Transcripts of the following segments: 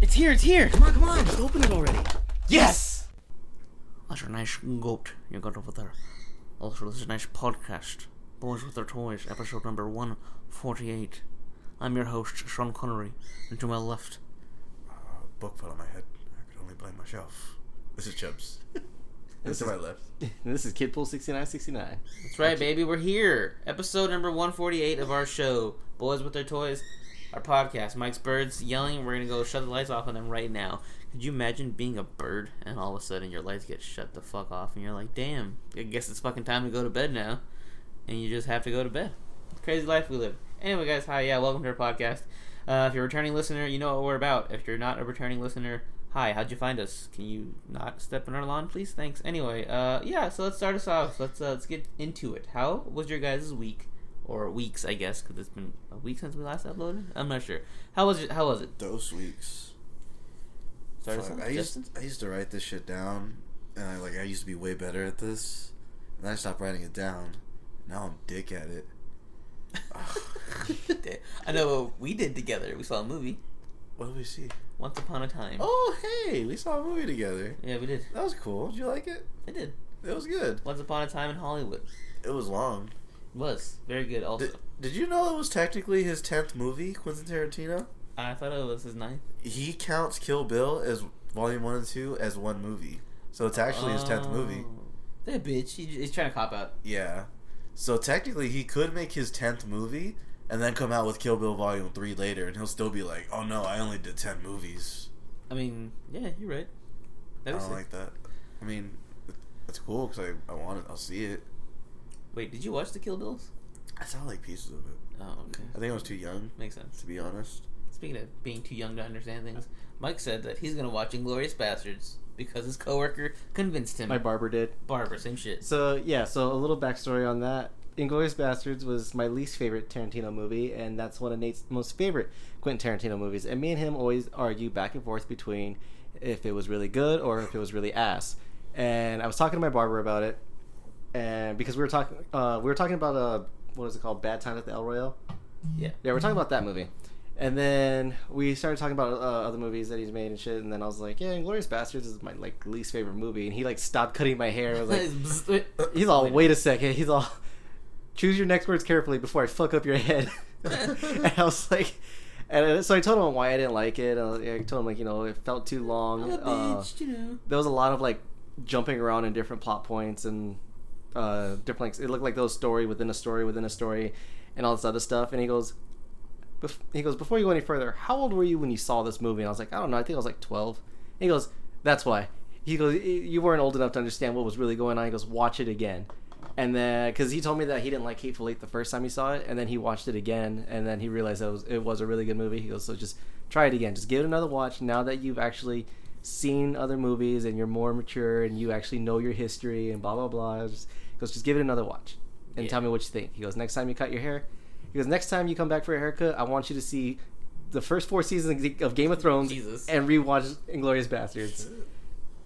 It's here, it's here. Come on, come on, just open it already. Yes! That's a nice goat you got over there. Also, this is a nice podcast, Boys with Their Toys, episode number 148. I'm your host, Sean Connery, and to my left, A book fell on my head. I could only blame myself. This is Chubbs. this to my left. This is Kidpool 6969. That's right, baby. We're here. Episode number 148 of our show, Boys with Their Toys, our podcast. Mike's birds yelling. We're going to go shut the lights off on them right now. Could you imagine being a bird and all of a sudden your lights get shut the fuck off and you're like, damn, I guess it's fucking time to go to bed now. And you just have to go to bed. Crazy life we live. Anyway, guys, hi. Yeah, welcome to our podcast. Uh, if you're a returning listener, you know what we're about. If you're not a returning listener, hi. How'd you find us? Can you not step on our lawn, please? Thanks. Anyway, uh, yeah. So let's start us off. Let's uh, let's get into it. How was your guys' week or weeks? I guess because it's been a week since we last uploaded. I'm not sure. How was it? How was it? Those weeks. Start us Fuck, off, I Justin? used I used to write this shit down, and I like I used to be way better at this, and I stopped writing it down. Now I'm dick at it. I know what we did together. We saw a movie What did we see? once upon a time. Oh hey, we saw a movie together. Yeah, we did. That was cool. Did you like it? I did. It was good. Once upon a time in Hollywood It was long. was very good. Also, Did, did you know it was technically his tenth movie, Quentin Tarantino? I thought it was his ninth. He counts Kill Bill as Volume One and Two as one movie, so it's actually his tenth movie. Oh. That bitch, he, he's trying to cop out. Yeah. So technically, he could make his tenth movie and then come out with Kill Bill Volume Three later, and he'll still be like, "Oh no, I only did ten movies." I mean, yeah, you're right. I That was don't like that. I mean, that's cool because I, I want it. I'll see it. Wait, did you watch the Kill Bills? I saw like pieces of it. Oh, okay, I think I was too young makes sense. to be honest. Speaking of being too young to understand things, Mike said that he's gonna watch Inglorious Bastards because his coworker convinced him. My barber did. barber, same shit. So, yeah, so a little backstory on that. Inglorious Bastards was my least favorite Tarantino movie, and that's one of Nate's most favorite Quentin Tarantino movies. And me and him always argue back and forth between if it was really good or if it was really ass. And I was talking to my barber about it, and because we were talking, uh, we were talking about uh, what is it called, Bad Time at the El Royale. Yeah, Yeah, we're talking about that movie. And then we started talking about uh, other movies that he's made and shit. And then I was like, "Yeah, Inglorious Bastards is my like least favorite movie." And he like stopped cutting my hair. I was like, "He's all wait a second. He's all choose your next words carefully before I fuck up your head." and I was like, and uh, so I told him why I didn't like it. And I told him like you know it felt too long. I'm a Uh, bitch, you know. there was a lot of like jumping around in different plot points and uh different like it looked like those story within a story within a story and all this other stuff and he goes bef- he goes before you go any further how old were you when you saw this movie and i was like i don't know i think i was like 12 and he goes that's why he goes "Y- you weren't old enough to understand what was really going on he goes watch it again and then because he told me that he didn't like hateful eight the first time he saw it and then he watched it again and then he realized that it was, it was a really good movie he goes so just try it again just give it another watch now that you've actually seen other movies and you're more mature and you actually know your history and blah blah blah. Just, he goes, just give it another watch and Yeah. tell me what you think. He goes, next time you cut your hair, he goes, next time you come back for a haircut, I want you to see the first four seasons of Game of Thrones Jesus. and rewatch Inglorious Bastards.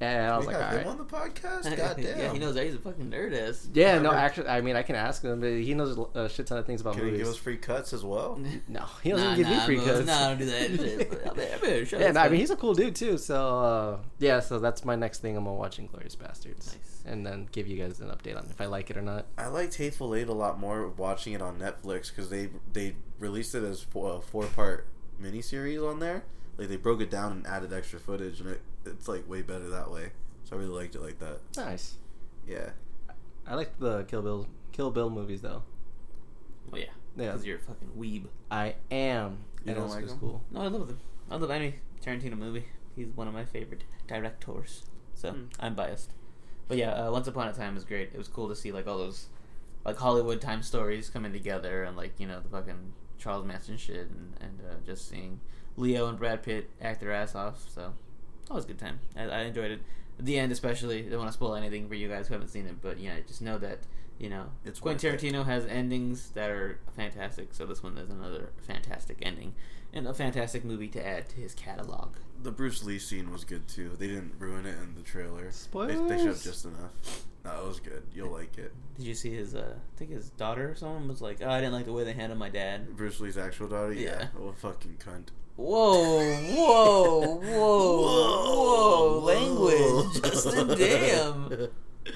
And I was we like, got him all right. on the podcast. God damn. yeah, he knows that. He's a fucking nerd ass. Yeah, no, Remember- actually, I mean, I can ask him, but he knows a shit ton of things about Can he movies. give us free cuts as Oh, well? No, he doesn't give me free bro. codes. Nah, I don't do that shit. I better- I better shut yeah, up. no, I mean he's a cool dude too. So uh, yeah, so that's my next thing. I'm gonna watch Inglorious Bastards, Nice. and then give you guys an update on if I like it or not. I liked Hateful Eight a lot more watching it on Netflix because they they released it as four, a four part miniseries on there. Like they broke it down and added extra footage, and it, it's like way better that way. So I really liked it like that. Nice. Yeah, I like the Kill Bill Kill Bill movies though. Oh yeah, Yeah, because you're a fucking weeb. I am. You and don't it's like just them? cool. No, I love them. I love any Tarantino movie. He's one of my favorite directors. So Hmm. I'm biased. But yeah, uh, Once Upon a Time was great. It was cool to see like all those like Hollywood time stories coming together and like you know the fucking Charles Manson shit and, and uh, just seeing Leo and Brad Pitt act their ass off. So always a good time. I, I enjoyed it. At the end, especially, don't want to spoil anything for you guys who haven't seen it. But yeah, just know that you know It's Quentin worth it. Tarantino has endings that are fantastic. So this one is another fantastic ending and a fantastic movie to add to his catalog. the Bruce Lee scene was good too. They didn't ruin it in the trailer. They, they showed Spoilers. just enough. No, it was good. You'll like it. Did you see his? Uh, I think his daughter or someone was like, "Oh, I didn't like the way they handled my dad." Bruce Lee's actual daughter. Yeah. Yeah. Well, fucking cunt. Whoa, whoa, Kristen, damn.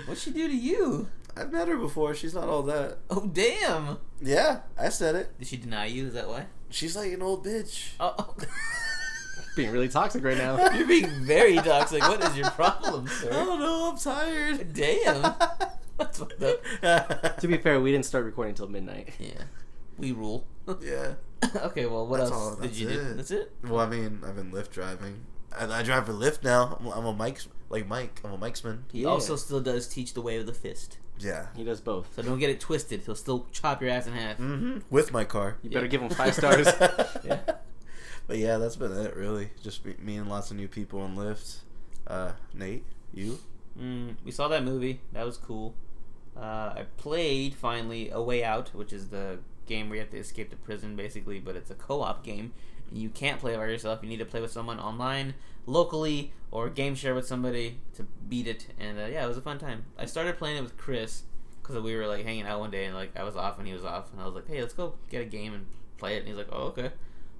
What'd she do to you? I've met her before. She's not all that. Oh, damn. Yeah, I said it. Did she deny you? Is that why? She's like an old bitch. Oh, Being really toxic right now. you're being very toxic. What is your problem, sir? I don't know. Oh, I'm tired. Damn. That's fucked up. to be fair, we didn't start recording until midnight. Yeah. We rule. yeah. okay, well, what That's else all- did that's you do? it. That's it? Well, I mean, I've been Lyft driving. I, I drive for Lyft now. I'm, I'm a Mike's like Mike. I'm a Mike'sman. He Yeah. also still does teach the way of the fist. Yeah. He does both. So don't get it twisted. He'll still chop your ass in half. Mm-hmm. With my car. You Yeah. better give him five stars. Yeah. But yeah, that's been it really. Just me, me and lots of new people on Lyft. Uh, Nate, you. Mm, we saw that movie. That was cool. Uh, I played finally A Way Out, which is the game where you have to escape the prison, basically. But it's a co-op game. You can't play by yourself. You need to play with someone online, locally, or game share with somebody to beat it. And uh, yeah, it was a fun time. I started playing it with Chris because we were like hanging out one day, and like I was off and he was off, and I was like, "Hey, let's go get a game and play it." And he's like, "Oh, okay."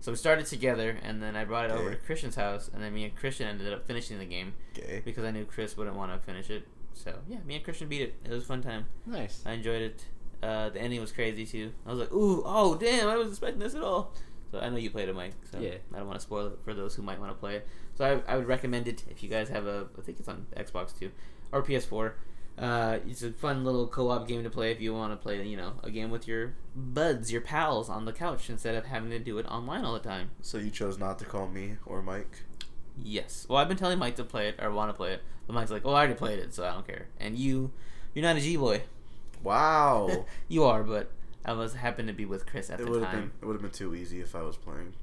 So we started together, and then I brought it over to Okay. Christian's house, and then me and Christian ended up finishing the game Gay. because I knew Chris wouldn't want to finish it. So yeah, me and Christian beat it. It was a fun time. Nice. I enjoyed it. Uh, the ending was crazy too. I was like, ooh, oh damn, I wasn't expecting this at all. So I know you played it, Mike. So Yeah. I don't want to spoil it for those who might want to play it. So I, I would recommend it if you guys have a. I think it's on Xbox too, or PS4. Uh, it's a fun little co-op game to play if you want to play, you know, a game with your buds, your pals on the couch instead of having to do it online all the time. So you chose not to call me or Mike. Yes. Well, I've been telling Mike to play it or want to play it, but Mike's like, "Well, I already played it, so I don't care." And you, you're not a G boy. Wow. You are, but I was happened to be with Chris at Oh. it the would have been time. it would have been too easy if I was playing.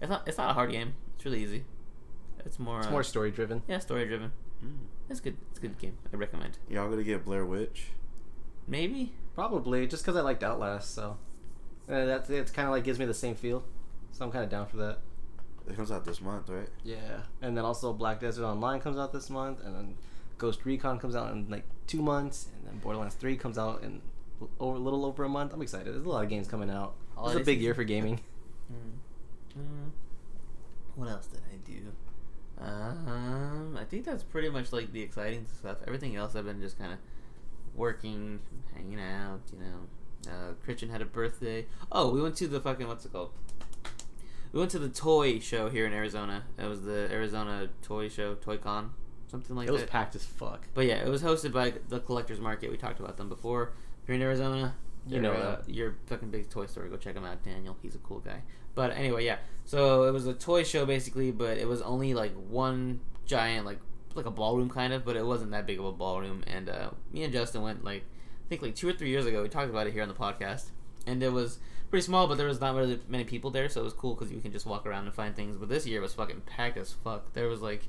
It's not. It's not a hard game. It's really easy. It's more. It's uh, more story driven. yeah, story driven. Mm. It's good. It's a good game. I recommend. Y'all gonna get Blair Witch? Maybe. Probably just because I liked Outlast, so uh, that's it's kind of like gives me the same feel. So I'm kind of down for that. It comes out this month, right? Yeah. And then also Black Desert Online comes out this month, and then Ghost Recon comes out in like two months, and then Borderlands Three comes out in l- over a little over a month. I'm excited. There's a lot of games coming out. It's a Holiday big year season. for gaming. Mm. Mm. What else did I do? Um, I think that's pretty much like the exciting stuff. Everything else I've been just kind of working, hanging out. You know, uh, Christian had a birthday. Oh, we went to the fucking what's it called? We went to the toy show here in Arizona. It was the Arizona Toy Show, Toy Con, something like It was that. packed as fuck. But yeah, it was hosted by the Collectors Market. We talked about them before. If you're in Arizona, You they're, know uh, your fucking big toy store. Go check him out, Daniel. He's a cool guy. But anyway, yeah. So it was a toy show basically, but it was only like one giant, like like a ballroom kind of, but it wasn't that big of a ballroom. And uh, me and Justin went like I think like two or three years ago. We talked about it here on the podcast, and it was pretty small, but there was not really many people there, so it was cool because you can just walk around and find things. But this year was fucking packed as fuck. There was like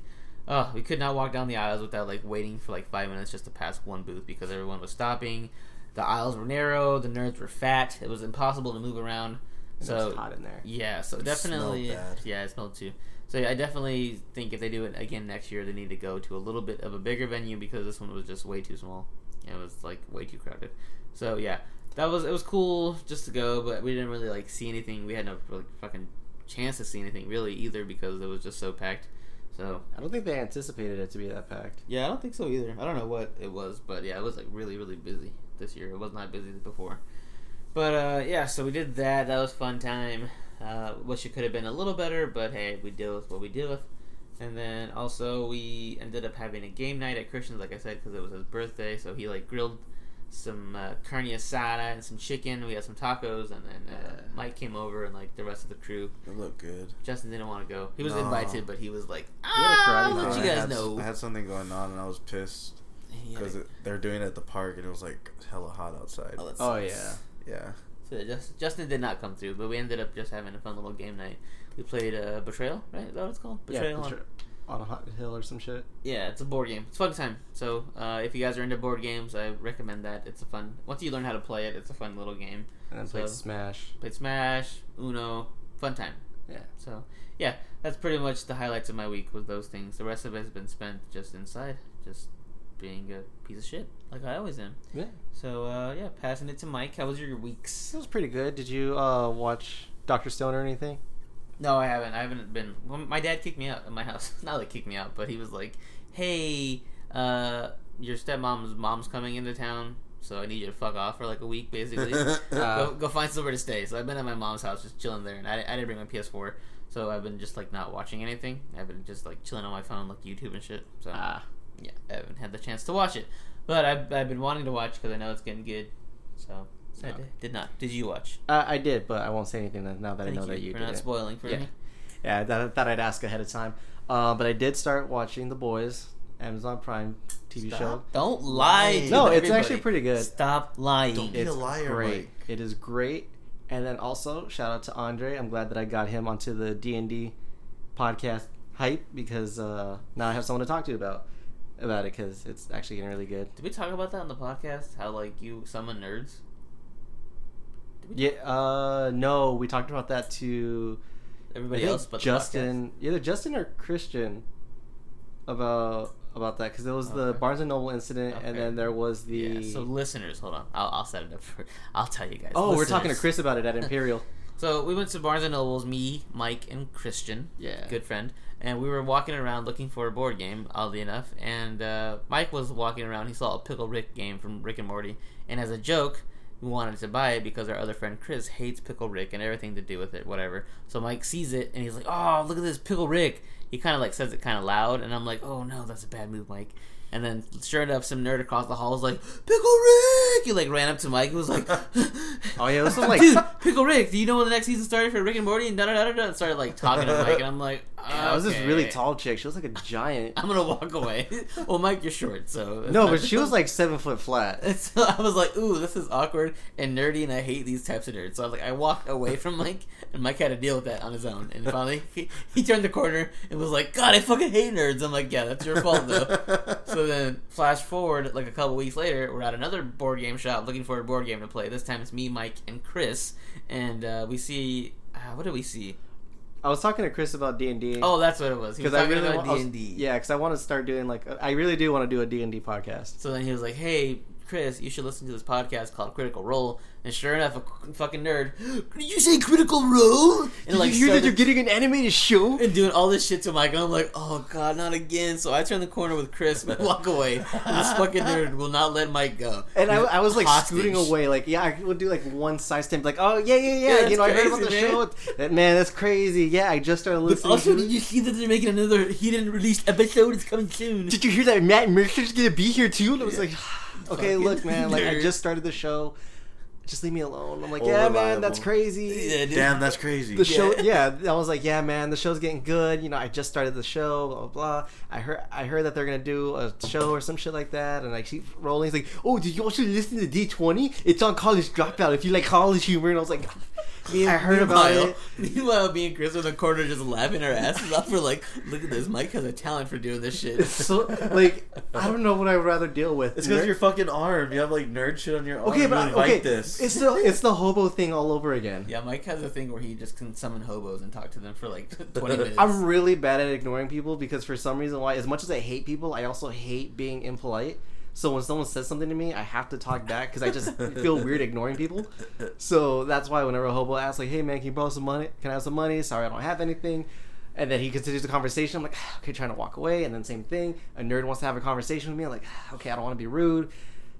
Oh, we could not walk down the aisles without like waiting for like five minutes just to pass one booth because everyone was stopping. The aisles were narrow. The nerds were fat. It was impossible to move around. It So was hot in there. yeah, so It definitely, smelled bad. yeah, it smelled too. So yeah, I definitely think if they do it again next year, they need to go to a little bit of a bigger venue because this one was just way too small. It was like way too crowded. So yeah, that was it was cool just to go, but we didn't really like see anything. We had no like fucking chance to see anything really either because it was just so packed. So I don't think they anticipated it to be that packed. yeah, I don't think so either. I don't know what it was, but yeah, it was like really, really busy this year. It was not busy before. But uh, yeah, so we did that. That was fun time. Uh, wish it could have been a little better, but hey, we deal with what we deal with. And then also we ended up having a game night at Christian's, like I said, because it was his birthday. So he like grilled some uh, carne asada and some chicken. We had some tacos, and then uh, Yeah. Mike came over and like the rest of the crew. It looked good. Justin didn't want to go. He was No. invited, but he was like, had a karate "Ah, But No, let night. you I guys had- know." I had something going on and I was pissed He had a- because they're doing it at the park and it was like hella hot outside. that Oh sucks. yeah. Yeah. So just, Justin did not come through, but we ended up just having a fun little game night. We played uh, Betrayal, right? Is that what it's called? Yeah, Betrayal. on- betray- on a hot hill or some shit. yeah, it's a board game. It's a fun time. So uh, if you guys are into board games, I recommend that. It's a fun. Once you learn how to play it, it's a fun little game. And then So- played Smash. Played Smash, Uno, fun time. Yeah. So yeah, that's pretty much the highlights of my week was those things. The rest of it has been spent just inside, just being a piece of shit like I always am. Yeah. So uh, yeah, passing it to Mike. How was your weeks? It was pretty good. Did you uh, watch Doctor Stone or anything? No, I haven't. I haven't been. Well, my dad kicked me out of my house. Not like kicked me out, but he was like, "Hey, uh, your stepmom's mom's coming into town, so I need you to fuck off for like a week, basically. Uh, go, go find somewhere to stay. So I've been at my mom's house, just chilling there, and I, I didn't bring my PS4, so I've been just like not watching anything. I've been just like chilling on my phone, like YouTube and shit. So Ah, yeah, I haven't had the chance to watch it, but I've, I've been wanting to watch because I know it's getting good. So, so I Okay. did, did not. Did you watch? Uh, I, I did, but I won't say anything now that I know that you for did. not it. spoiling for Yeah. me. Yeah, that, that I'd ask ahead of time. Uh, but I did start watching The Boys, Amazon Prime TV Stop. show. Don't lie. to No, it's everybody. actually pretty good. Stop lying. Don't be It's a liar, great. Mike. It is great. And then also shout out to Andre. I'm glad that I got him onto the D and D podcast hype because uh, now I have someone to talk to about about it because it's actually getting really good. Did we talk about that on the podcast? How like you summon nerds? Did we- Yeah. Uh, no, we talked about that to I Everybody think else but the Justin, either Justin or Christian, about about that because there was the Okay. Barnes and Noble incident, and Okay. then there was the. podcast. Yeah, so listeners, hold on. I'll, I'll set it up for. I'll tell you guys. oh, we're talking to Listeners. Chris about it at Imperial. So we went to Barnes and Nobles. Me, Mike, and Christian. yeah. good friend, and we were walking around looking for a board game, oddly enough. And uh, Mike was walking around, he saw a Pickle Rick game from Rick and Morty, and as a joke, we wanted to buy it because our other friend Chris hates Pickle Rick and everything to do with it, whatever. So Mike sees it and he's like, "Oh, look at this Pickle Rick!" He kind of like says it kind of loud, and I'm like, "Oh no, that's a bad move, Mike." And then, sure enough, some nerd across the hall was like, "Pickle Rick!" He like ran up to Mike and was like, Oh yeah, this was like dude, Pickle Rick, do you know when the next season started for Rick and Morty? And da da da da da. And started like talking to Mike, and I'm like, Yeah, it was this really "Okay, tall chick. She was like a giant. I'm gonna walk away. well, Mike, you're short, so No, but she was like seven foot flat. And so I was like, ooh, this is awkward and nerdy, and I hate these types of nerds. So I was like, I walked away from Mike, and Mike had to deal with that on his own. And finally, he, he turned the corner and was like, God, I fucking hate nerds. I'm like, yeah, that's your fault though. so then, flash forward like a couple weeks later, we're at another board game shop looking for a board game to play. This time it's me, Mike, and Chris, and uh, we see uh, what do we see? I was talking to Chris about D and D. Oh, that's what it was. He was because I talking really about want, D and D. Yeah, because I want to start doing like uh, I really do want to do a D and D podcast. So then he was like, "Hey, Chris, you should listen to this podcast called Critical Role." And sure enough, a c- fucking nerd, did you say Critical Role? And Did like, you hear that started- you're getting an animated show? and doing all this shit to Mike, and I'm like, "Oh God, not again!" So I turn the corner with Chris, we walk away. And this fucking nerd will not let Mike go. And I, He's I was like hostage. scooting away, like yeah, I would do like one side stamp, like oh yeah, yeah, yeah. that's you know, I heard about the crazy, show. man. That man, that's crazy. Yeah, I just started But listening. also, to did it. you see that they're making another hidden release episode? It's coming soon. Did you hear that Matt Mercer's gonna be here too? And I was like, okay, Fucking look, man, like I nerd. just started the show. Just leave me alone. I'm like, All yeah, man, reliable. that's crazy. Yeah, dude. Damn, that's crazy. The show, yeah. I was like, yeah, man, the show's getting good. You know, I just started the show, blah blah. blah. I heard, I heard that they're gonna do a show or some shit like that, and I keep rolling. He's like, oh, did you also listen to D20? It's on College Dropout. If you like college humor, and I was like, Me- I heard about meanwhile- it. Meanwhile, me and Chris were in the corner just laughing our asses off. We're like, "Look at this! Mike has a talent for doing this shit." So, like, I don't know what I'd rather deal with. It's because Nerd- your fucking arm. You have like nerd shit on your arm. okay, you but invite okay, this. it's the it's the hobo thing all over again. Yeah, Mike has a thing where he just can summon hobos and talk to them for like 20 minutes. I'm really bad at ignoring people because for some reason why, as much as I hate people, I also hate being impolite. So when someone says something to me, I have to talk back because I just feel weird ignoring people. So that's why whenever a hobo asks, like, "Hey man, can you borrow some money? Can I have some money? Sorry, I don't have anything." And then he continues the conversation. I'm like, "Ah, okay, trying to walk away. And then same thing. A nerd wants to have a conversation with me. I'm like, "Ah, okay, I don't want to be rude,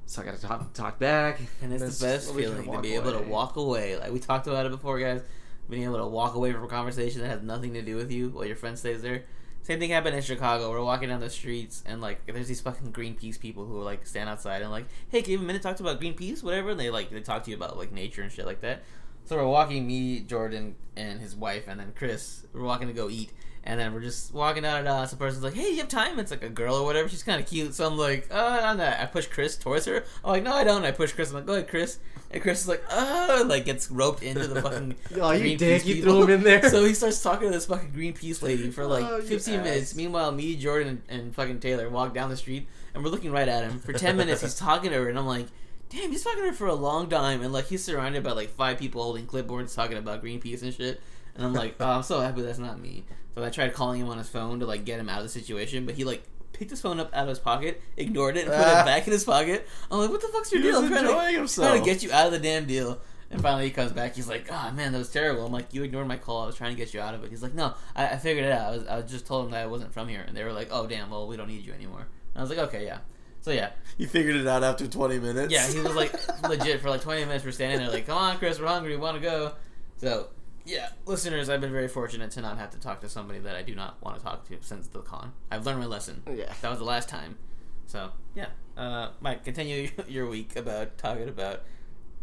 so I got to talk talk back. and it's, it's the best just- we feeling to walk be able to away. walk away. Like we talked about it before, guys. Being able to walk away from a conversation that has nothing to do with you while your friend stays there. Same thing happened in Chicago. We're walking down the streets and like there's these fucking Greenpeace people who like stand outside and like, hey, give a minute, talk to you about Greenpeace, whatever. And they like they talk to you about like nature and shit like that. So we're walking, me, Jordan, and his wife, and then Chris. We're walking to go eat, and then we're just walking out. And uh, some person's like, "Hey, you have time?" It's like a girl or whatever. She's kind of cute, so I'm like, "Uh, I'm not." I push Chris towards her. I'm like, "No, I don't." I push Chris. I'm like, "Go ahead, Chris." And Chris is like, "Uh," like gets roped into the fucking. Oh, you Greenpeace dick! You people. threw him in there. So he starts talking to this fucking Greenpeace lady for like Oh, you 15 ass. minutes. Meanwhile, me, Jordan, and, and fucking Taylor walk down the street and we're looking right at him. For 10 minutes, he's talking to her, and I'm like, damn, he's talking to her for a long time. And like, he's surrounded by like five people holding clipboards talking about Greenpeace and shit. And I'm like, oh, I'm so happy that's not me. So I tried calling him on his phone to like get him out of the situation, but he like picked his phone up out of his pocket, ignored it, and put Ah. it back in his pocket. I'm like, what the fuck's your He deal? was I'm trying to- enjoying trying to himself. get you out of the damn deal. And finally, he comes back. He's like, "Ah, man, that was terrible." I'm like, "You ignored my call. I was trying to get you out of it." He's like, "No, I, I figured it out. I was, I was just told him that I wasn't from here." And they were like, "Oh, damn. Well, we don't need you anymore." I was like, okay, yeah. So yeah, You figured it out after 20 minutes. yeah, he was like legit for like 20 minutes. We're standing there like, come on, Chris, we're hungry, we want to go. So yeah, listeners, I've been very fortunate to not have to talk to somebody that I do not want to talk to since the con. I've learned my lesson. Yeah. That was the last time. So yeah, uh, Mike, continue your week about talking about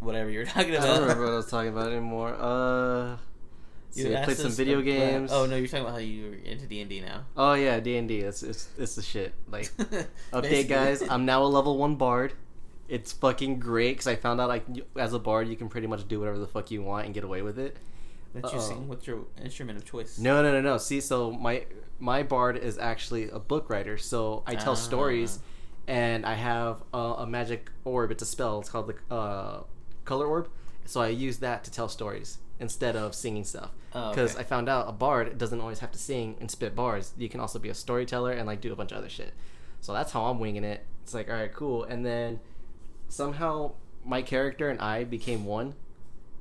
whatever you were talking I about. don't remember what I was talking about anymore. Uh, let's You see, I asked played some us video about- games. Oh no, you're talking about how you're into D and D now. Oh yeah, D and D. It's it's it's the shit. Like Basically. update, guys. I'm now a level one bard. It's fucking great because I found out like you- as a bard you can pretty much do whatever the fuck you want and get away with it. That you Uh-oh. sing. What's your instrument of choice? No, no, no, no. See, so my my bard is actually a book writer, so I tell Ah. stories, and I have a, a magic orb. It's a spell. It's called the uh, color orb. So I use that to tell stories instead of singing stuff. Oh, okay. Because I found out a bard doesn't always have to sing and spit bars. You can also be a storyteller and like do a bunch of other shit. So that's how I'm winging it. It's like all right, cool. And then somehow my character and I became one.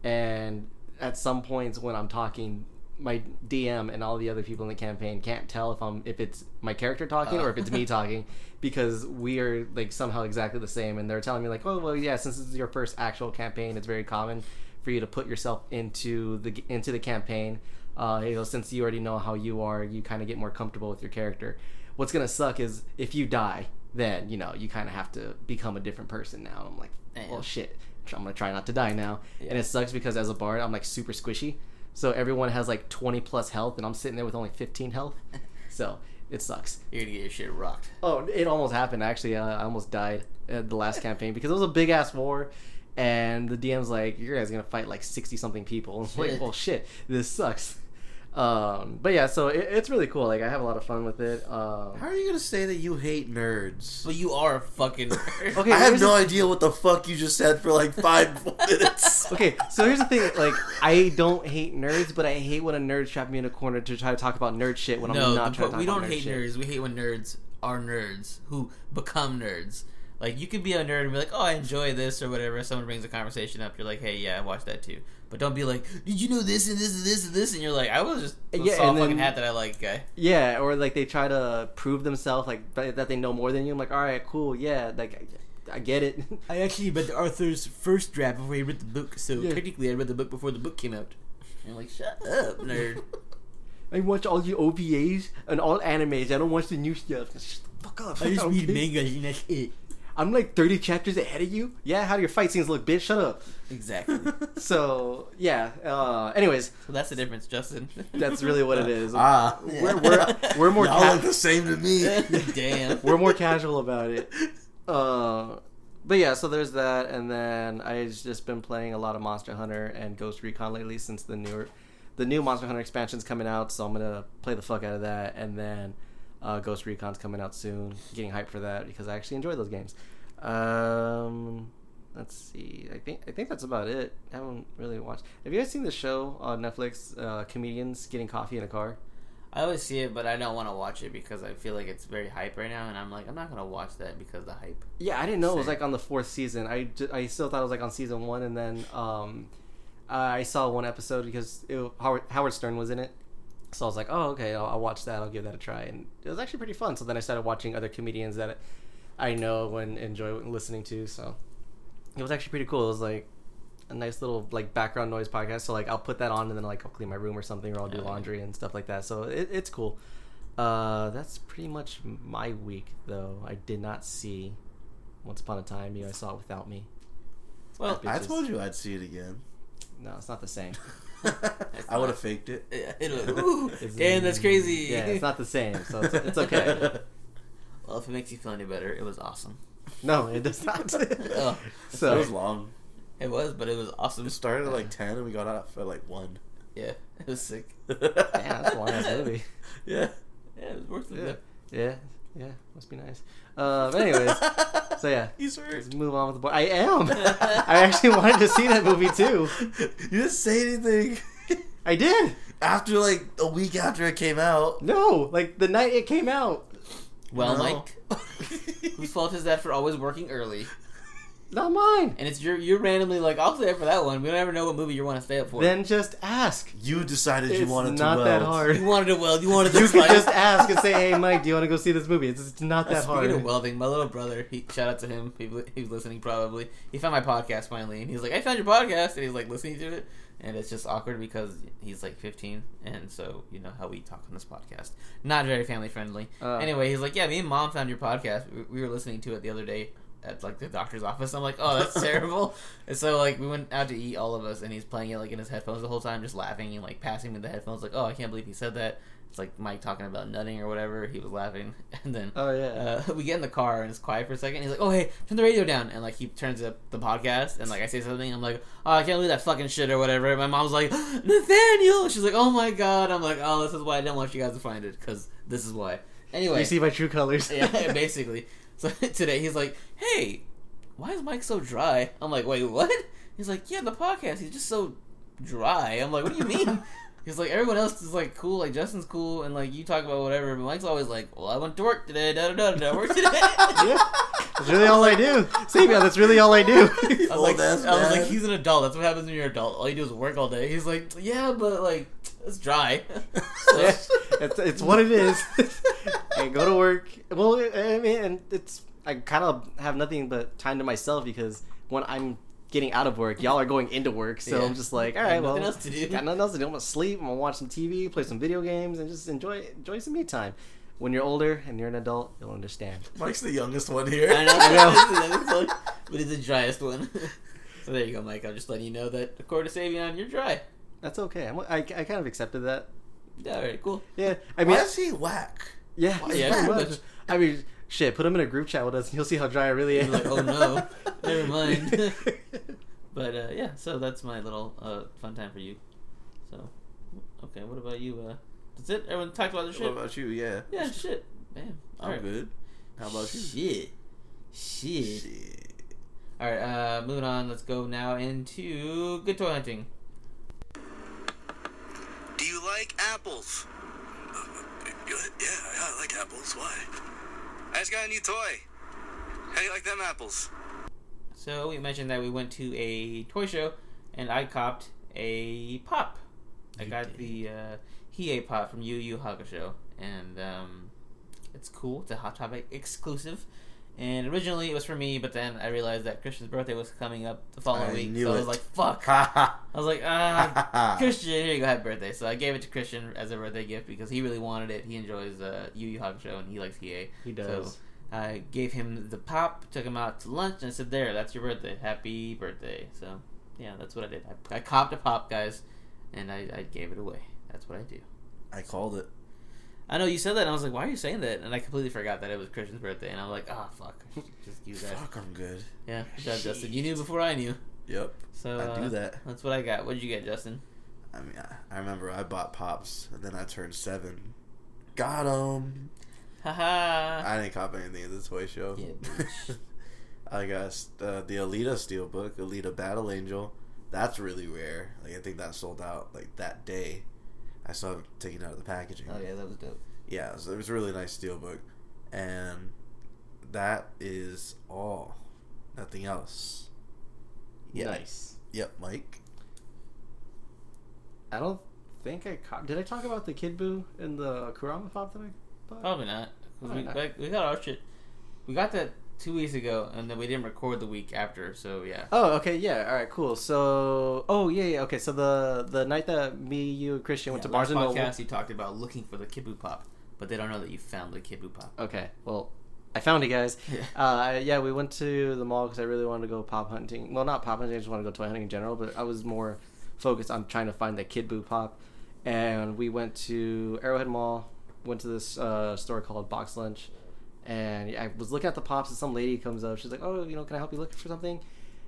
And at some points when I'm talking, my DM and all the other people in the campaign can't tell if I'm if it's my character talking Oh. or if it's me talking because we are like somehow exactly the same. And they're telling me like, oh well, yeah, since this is your first actual campaign, it's very common for you to put yourself into the into the campaign. Uh, you know, since you already know how you are, you kind of get more comfortable with your character. What's gonna suck is if you die, then you know you kind of have to become a different person now. I'm like, Damn. well, shit. I'm gonna try not to die now, and Yeah. it sucks because as a bard, I'm like super squishy, so everyone has like 20 plus health, and I'm sitting there with only 15 health, so it sucks. You're gonna get your shit rocked. Oh, it almost happened. Actually, uh, I almost died at the last campaign because it was a big ass war, and the DM's like, "You guys are gonna fight like sixty something people." And I'm Shit. like, well, shit, this sucks. Um, but yeah, so it, it's really cool. Like, I have a lot of fun with it. How Um, are you gonna say that you hate nerds? But you are a fucking. nerd. Okay, I have here's no the- idea what the fuck you just said for like five minutes. okay, so here's the thing. Like, I don't hate nerds, but I hate when a nerd traps me in a corner to try to talk about nerd shit when no, I'm not the point- trying to talk we about don't nerd hate shit. nerds. We hate when nerds are nerds who become nerds. Like you could be a nerd and be like, "Oh, I enjoy this" or whatever. Someone brings a conversation up, you're like, "Hey, yeah, I watched that too." But don't be like, "Did you know this and this and this and this?" And you're like, "I was just I Yeah, saw a and fucking then- hat that I like, guy." Yeah, or like they try to prove themselves, like th- that they know more than you. I'm like, all right, cool, yeah, like I, I get it. I actually read Arthur's first draft before he read the book, so Yeah. technically I read the book before the book came out. And I'm like, "Shut up, nerd." I watch all the OVAs and all animes. I don't watch the new stuff. Shut the fuck up. I don't care. and that's it. I'm like 30 chapters ahead of you. Yeah, how do your fight scenes look, bitch? Shut up. Exactly. So, yeah. Uh, anyways, so that's the difference, Justin. that's really what it is. ah, We're, we're, we're more y'all ca- look the same to me. Damn. we're more casual about it. Uh, but yeah, so there's that, and then I've just been playing a lot of Monster Hunter and Ghost Recon lately since the newer, the new Monster Hunter expansion's coming out, so I'm gonna play the fuck out of that, and then uh, Ghost Recon's coming out soon. Getting hyped for that because I actually enjoy those games. Um, let's see, I think I think that's about it. I haven't really watched. Have you guys seen the show on Netflix? Uh, comedians getting coffee in a car. I always see it, but I don't want to watch it because I feel like it's very hype right now, and I'm like, I'm not gonna watch that because of the hype. Yeah, I didn't know it was Same. like on the fourth season. I, ju- I still thought it was like on season one, and then um, I saw one episode because it, Howard Howard Stern was in it, so I was like, oh okay, I'll, I'll watch that. I'll give that a try, and it was actually pretty fun. So then I started watching other comedians that I know and enjoy listening to. So it was actually pretty cool. It was like a nice little like background noise podcast. So like I'll put that on and then like I'll clean my room or something, or I'll do Yeah. laundry and stuff like that. So it, it's cool. Uh, that's pretty much my week though. I did not see Once Upon a Time. You guys saw it without me. Well, Bad I bitches. told you I'd see it again. No, it's not the same. I would have faked it. Yeah, it'll- ooh, It's- damn, that's crazy. Yeah, it's not the same, so it's, it's okay. Well, if it makes you feel any better, it was awesome. No, it does not. Oh. it was so long. It was, but it was awesome. It started at like ten, and we got out at like one. Yeah, it was sick. Damn, yeah, that's a long ass movie. Yeah. Yeah, it was worth it. Yeah, though. yeah, yeah. Must be nice. Uh, but anyways, so yeah. he's hurt. Let's move on with the boy. I am. I actually wanted to see that movie too. You didn't say anything I did. after like a week after it came out. No, like the night it came out. Well, No. Mike, whose fault is that for always working early? Not mine. and it's you're you're randomly like I'll stay up for that one. We don't ever know what movie you want to stay up for. Then just ask. You decided you it's wanted not to weld. that hard. you wanted to weld. You wanted to You can fight. just ask and say, "Hey, Mike, do you want to go see this movie?" It's, it's not that Speaking hard. of welding, my little brother, he shout out to him. He, li- he was listening probably. He found my podcast finally, and he's like, "I found your podcast," and he's like listening to it, and it's just awkward because he's like 15, and so you know how we talk on this podcast, not very family friendly. Uh. anyway, he's like, "Yeah, me and mom found your podcast. We, we were listening to it the other day." At like the doctor's office, I'm like, oh, that's terrible. And so like we went out to eat, all of us, and he's playing it like in his headphones the whole time, just laughing and like passing me the headphones, like, oh, I can't believe he said that. It's like Mike talking about nutting or whatever. He was laughing, and then Oh yeah. uh, we get in the car and it's quiet for a second. He's like, "Oh hey, turn the radio down," and like he turns up the podcast and like I say something. I'm like, "Oh, I can't believe that fucking shit or whatever." And my mom's like, "Nathaniel," she's like, "Oh my god." I'm like, "Oh, this is why I didn't want you guys to find it because this is why." Anyway, You see my true colors. yeah, basically. So today he's like, "Hey, why is Mike so dry?" I'm like, "Wait, what?" He's like, "Yeah, the podcast. He's just so dry." I'm like, "What do you mean?" he's like, "Everyone else is like cool. Like Justin's cool, and like you talk about whatever." But Mike's always like, "Well, I went to work today. Da da da da. da, Work today." Yeah. That's really all I do. See, yeah, that's really all I do. I was, Old like, ass I was like, man. he's an adult. That's what happens when you're an adult. All you do is work all day. He's like, yeah, but like, it's dry. Yeah, it's, it's what it is. and go to work. Well, I I mean, and it's I kind of have nothing but time to myself because when I'm getting out of work, y'all are going into work. So Yeah. I'm just like, all Got right, nothing well, else to do. got nothing else to do. I'm gonna sleep. I'm gonna watch some TV, play some video games, and just enjoy enjoy some me time. When you're older and you're an adult, you'll understand. Mike's the youngest one here. I know, I know. This is the episode, but it's the driest one. so there you go, Mike. I'm just letting you know that according to Savion, you're dry. That's okay. I'm, I, I kind of accepted that. Yeah, all right, cool. Yeah, I mean, Why is he whack? yeah, Why is yeah. that pretty much? much. I mean, shit. Put him in a group chat with us, and you'll see how dry I really am. You're like, oh no, never mind. but uh, yeah, so that's my little uh, fun time for you. So, okay, what about you? Uh, that's it. Everyone talked about the What shit. about you? Yeah. Yeah, shit. Man, I'm good. How about you? Shit. Shit. Shit. All right, uh, moving on. Let's go now into good toy hunting. Do you like apples? Uh, yeah, yeah, I like apples. Why? I just got a new toy. How do you like them apples? So we mentioned that we went to a toy show, and I copped a pop. I You got did. the uh, Hiei pop from Yu Yu Hakusho, and um, it's cool. It's a Hot Topic exclusive. And originally it was for me, but then I realized that Christian's birthday was coming up the following I week, knew so I it. was like, "Fuck!" Ha ha I was like, ha "Ah, ha ha. Christian, here you go, happy birthday. So I gave it to Christian as a birthday gift because he really wanted it. He enjoys uh, Yu Yu Hakusho and he likes Hiei. He does. So I gave him the pop, took him out to lunch, and I said, "There, that's your birthday. Happy birthday." So yeah, that's what I did. I, I copped a pop, guys, and I, I gave it away. That's what I do. I called it. I know you said that, and I was like, "Why are you saying that?" And I completely forgot that it was Christian's birthday, and I'm like, "Ah, fuck, just use that." Fuck, I'm good. Yeah, good job, Justin. You knew before I knew, Yep. so I uh, do that. That's what I got. What did you get, Justin? I mean, I, I remember I bought pops, and then I turned seven. Got 'em. Oh, Haha. I didn't cop anything at the toy show. Yeah, bitch. I got uh, the Alita steelbook, Alita Battle Angel. That's really rare. Like I think that sold out like that day. I still haven't taken it out of the packaging. Oh yeah, that was dope. yeah, so it was a really nice steelbook, and that is all. Nothing else. Yeah. Nice. Yep, Mike. I don't think I co- did. I talk about the Kid Buu and the Kurama pop that I bought. Probably not. 'Cause Probably we, not. like, we got our shit. We got that two weeks ago, and then we didn't record the week after. So yeah. Oh, okay, yeah, all right, cool. So, oh yeah, yeah, okay. So the the night that me, you, and Christian went Yeah, to Barnes last and Noble. podcast, you talked about looking for the Kibu Pop, but they don't know that you found the Kibu Pop. Okay, well, I found it, guys. Uh, yeah, we went to the mall because I really wanted to go pop hunting. Well, not pop hunting. I just wanted to go toy hunting in general, but I was more focused on trying to find the Kid Buu pop. And we went to Arrowhead Mall. Went to this uh, store called Box Lunch, and I was looking at the pops, and some lady comes up. She's like, "Oh, you know, can I help you look for something?"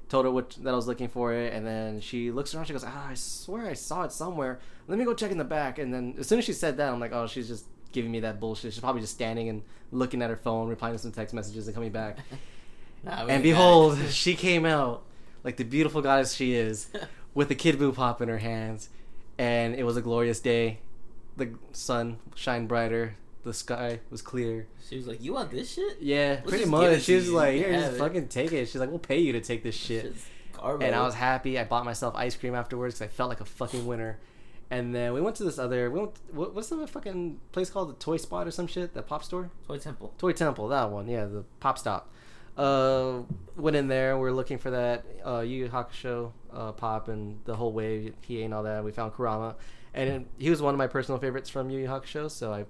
Told her what that I was looking for it, and then she looks around. She goes, "Ah, I swear I saw it somewhere. Let me go check in the back." And then as soon as she said that, I'm like, "Oh, she's just giving me that bullshit. She's probably just standing and looking at her phone, replying to some text messages, and coming back." Nah, we got and it. behold, she came out like the beautiful goddess she is, with a kid boo pop in her hands, and it was a glorious day. The sun shined brighter. The sky was clear. She was like, "You want this shit? Yeah, We'll pretty just give it much. to She was you. like, You "Here, can just have it." fucking take it." She's like, "We'll pay you to take this shit." Shit's garbage." and I was happy. I bought myself ice cream afterwards because I felt like a fucking winner. And then we went to this other. We went. What, what's the fucking place called? The Toy Spot or some shit? The pop store? Toy Temple. Toy Temple, that one, yeah, the pop stop. Uh, went in there. We're looking for that uh, Yu Yu Hakusho uh, pop and the whole way he and all that. We found Kurama, and it- he was one of my personal favorites from Yu Yu Hakusho, so I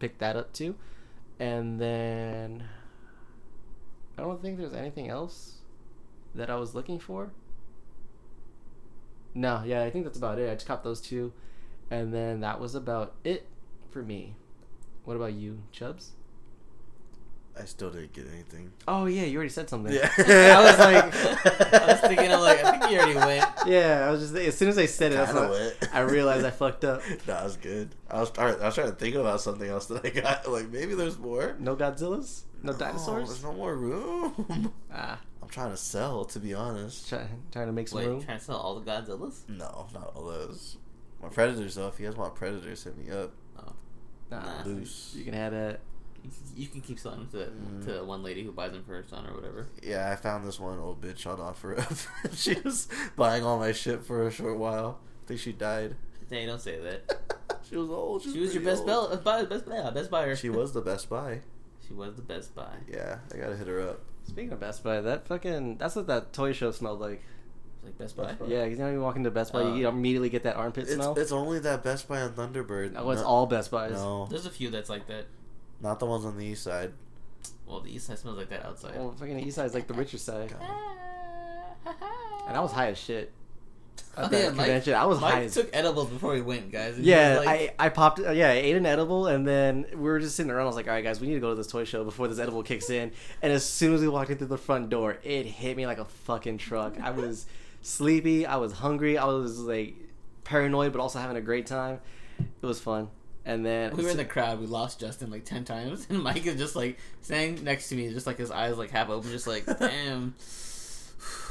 picked that up too. And then I don't think there's anything else that I was looking for. No, yeah, I think that's about it. I just caught those two, and then that was about it for me. What about you, Chubs? I still didn't get anything. Oh yeah, you already said something. Yeah. I was like- I was thinking, I'm like, I think you already went. Yeah, I was just as soon as I said it, that's Kinda what- wet. I realized I fucked up. That was good. I was, try- I was trying to think about something else that I got. Like maybe there's more. No Godzillas, no, There's dinosaurs. no more room. Ah, I'm trying to sell, to be honest. try, trying to make some Wait, room. trying to sell all the Godzillas? No, not all those. My predators though. If you guys want predators, hit me up. Oh, Nah, Loose. you can have that. you, you can keep selling them Mm. to to one lady who buys them for her son or whatever. Yeah, I found this one old bitch on OfferUp. she was buying all my shit for a short while. I think she died. Hey, don't say that. she was old. She was your pretty best uh, old. bell, uh, buy, best buy, best buyer. She was the best buy. She was the best buy. Yeah, I gotta hit her up. Speaking of Best Buy, that fucking that's what that toy show smelled like. Like best buy. Best Buy. Yeah, 'cause you know you walk into Best Buy, Uh, you immediately get that armpit It's, smell. it's only that Best Buy on Thunderbird. oh, it's No- all Best Buys. No, There's a few that's like that. not the ones on the east side. Well, the east side smells like that outside. Ah, Well, fucking East Side's like the richer side, God. and I was high as shit. Oh, At that Mike- convention, I was Mike high as took edibles before we went, guys. and he Yeah, was like- I, I popped. Uh, yeah, I ate an edible, and then we were just sitting around. I was like, "All right, guys, we need to go to this toy show before this edible kicks in." And as soon as we walked in through the front door, it hit me like a fucking truck. I was sleepy. I was hungry. I was like paranoid, but also having a great time. It was fun. And then we were in the crowd. We lost Justin like ten times, and Mike is just like standing next to me, just like his eyes like half open, just like, "Damn,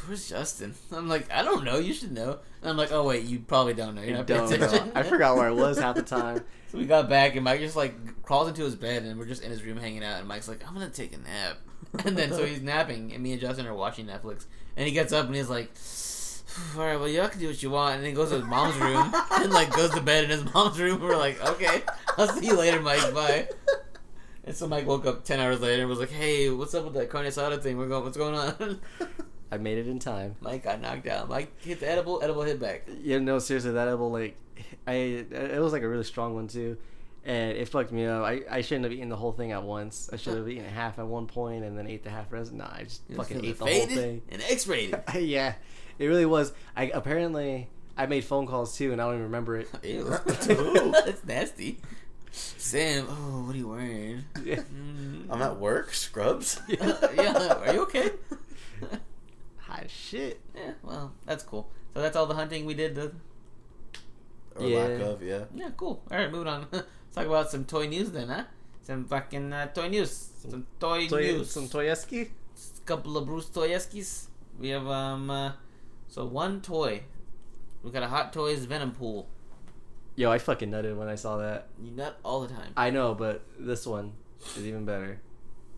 where's Justin?" I'm like, "I don't know. You should know." And I'm like, "Oh wait, you probably don't know. You're not paying Don't know. attention." I forgot where I was half the time. So we got back, and Mike just like crawls into his bed, and we're just in his room hanging out. And Mike's like, "I'm gonna take a nap," and then so he's napping, and me and Justin are watching Netflix. And he gets up and he's like, "All right, well y'all can do what you want." And then goes to his mom's room and like goes to bed in his mom's room. We're like, "Okay, I'll see you later, Mike. Bye." And so Mike woke up ten hours later and was like, "Hey, what's up with that carne asada thing? We're going. What's going on?" I made it in time. Mike got knocked out. Mike hit the edible. Edible hit back. Yeah, no, seriously, that edible like, I it was like a really strong one too, and it fucked me up. I, I shouldn't have eaten the whole thing at once. I should have eaten half at one point and then ate the half rest. Nah, I just It was fucking ate the whole faded thing. and X-rated. yeah, it really was. I apparently I made phone calls too, and I don't even remember it. Ew. Ooh. That's nasty. Sam, oh, what are you wearing? Yeah. Mm. I'm at work, scrubs. yeah, are you okay? Hot Ah, shit. yeah, well, that's cool. So that's all the hunting we did. The... Or lack Yeah. of, yeah. Yeah, cool. All right, moving on. Let's talk about some toy news then, huh? Some fucking uh, toy news. Some toy, Toy, news. some toyeski. couple of Bruce Toyeskis. We have um, uh, so one toy. We got a Hot Toys Venom pool. Yo, I fucking nutted when I saw that. You nut all the time. I know, but this one is even better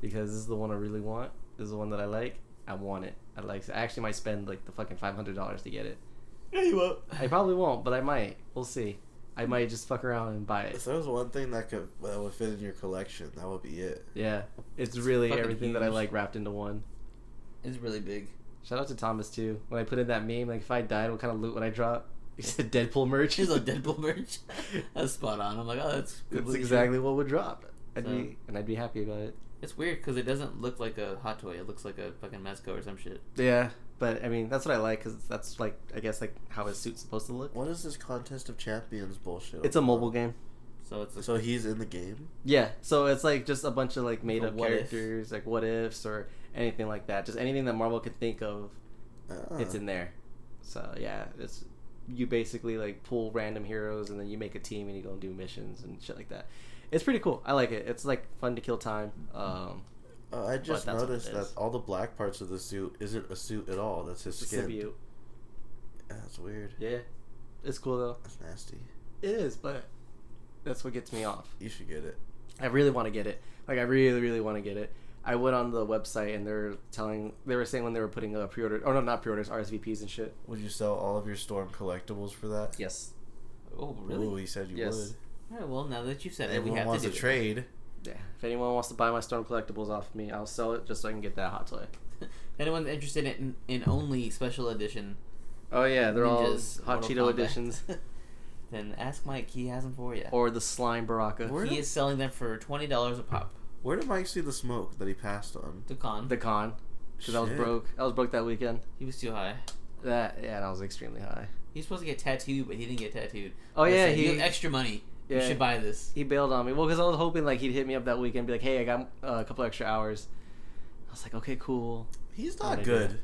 because this is the one I really want. This is the one that I like. I want it. I like. I actually might spend like the fucking five hundred dollars to get it. Yeah, you up? I probably won't, but I might. We'll see. I might just fuck around and buy If it. there was one thing that could that would fit in your collection, that would be it. Yeah, it's really fucking everything that I huge. like wrapped into one. It's really big. Shout out to Thomas too. When I put in that meme, like if I died, what kind of loot would I drop? He said Deadpool merch. She's on Deadpool merch. That's spot on. I'm like, oh, that's That's completely true. exactly what would drop. I'd So- be and I'd be happy about it. It's weird because it doesn't look like a hot toy. It looks like a fucking Mesco or some shit. Yeah, but I mean that's what I like because that's like I guess like how his suit's supposed to look. What is this contest of champions bullshit? It's a mobile game. So it's a, So he's in the game. Yeah, so it's like just a bunch of like made up what if. characters, like what ifs or anything like that. Just anything that Marvel could think of Ah. it's in there. So yeah, it's you basically like pull random heroes and then you make a team and you go and do missions and shit like that. It's pretty cool. I like it. It's like fun to kill time. Um, Uh, I just that's what noticed it that is. all the black parts of the suit isn't a suit at all. That's his it's skin. symbiote. That's weird. Yeah, it's cool though. That's nasty. It is, but that's what gets me off. You should get it. I really want to get it. Like I really, really want to get it. I went on the website and they're telling they were saying when they were putting uh, pre-orders or no not pre-orders RSVPs and shit. Would you sell all of your Storm collectibles for that? Yes, Oh, really? Ooh, he said you Yes. would. All right, well, now that you've said it, we Everyone have wants to a do it. trade. yeah. If anyone wants to buy my Storm collectibles off me, I'll sell it just so I can get that hot toy. If anyone's interested in, in only special edition Oh yeah, they're Ninjas all hot Mortal Cheeto Kombat, editions then ask Mike. He has them for you. or the slime Baraka. Where he do- is selling them for twenty dollars a pop. Where did Mike see the smoke that he passed on? The con. The con because I was Shit. broke. I was broke that weekend. he was too high. That yeah, and I was extremely high. He's supposed to get tattooed, but he didn't get tattooed. Oh, I yeah, said, he- "You have extra money. You Yeah. should buy this. He bailed on me. Well, because I was hoping like he'd hit me up that weekend, be like, "Hey, I got uh, a couple extra hours." I was like, "Okay, cool." He's Oh my not good. God.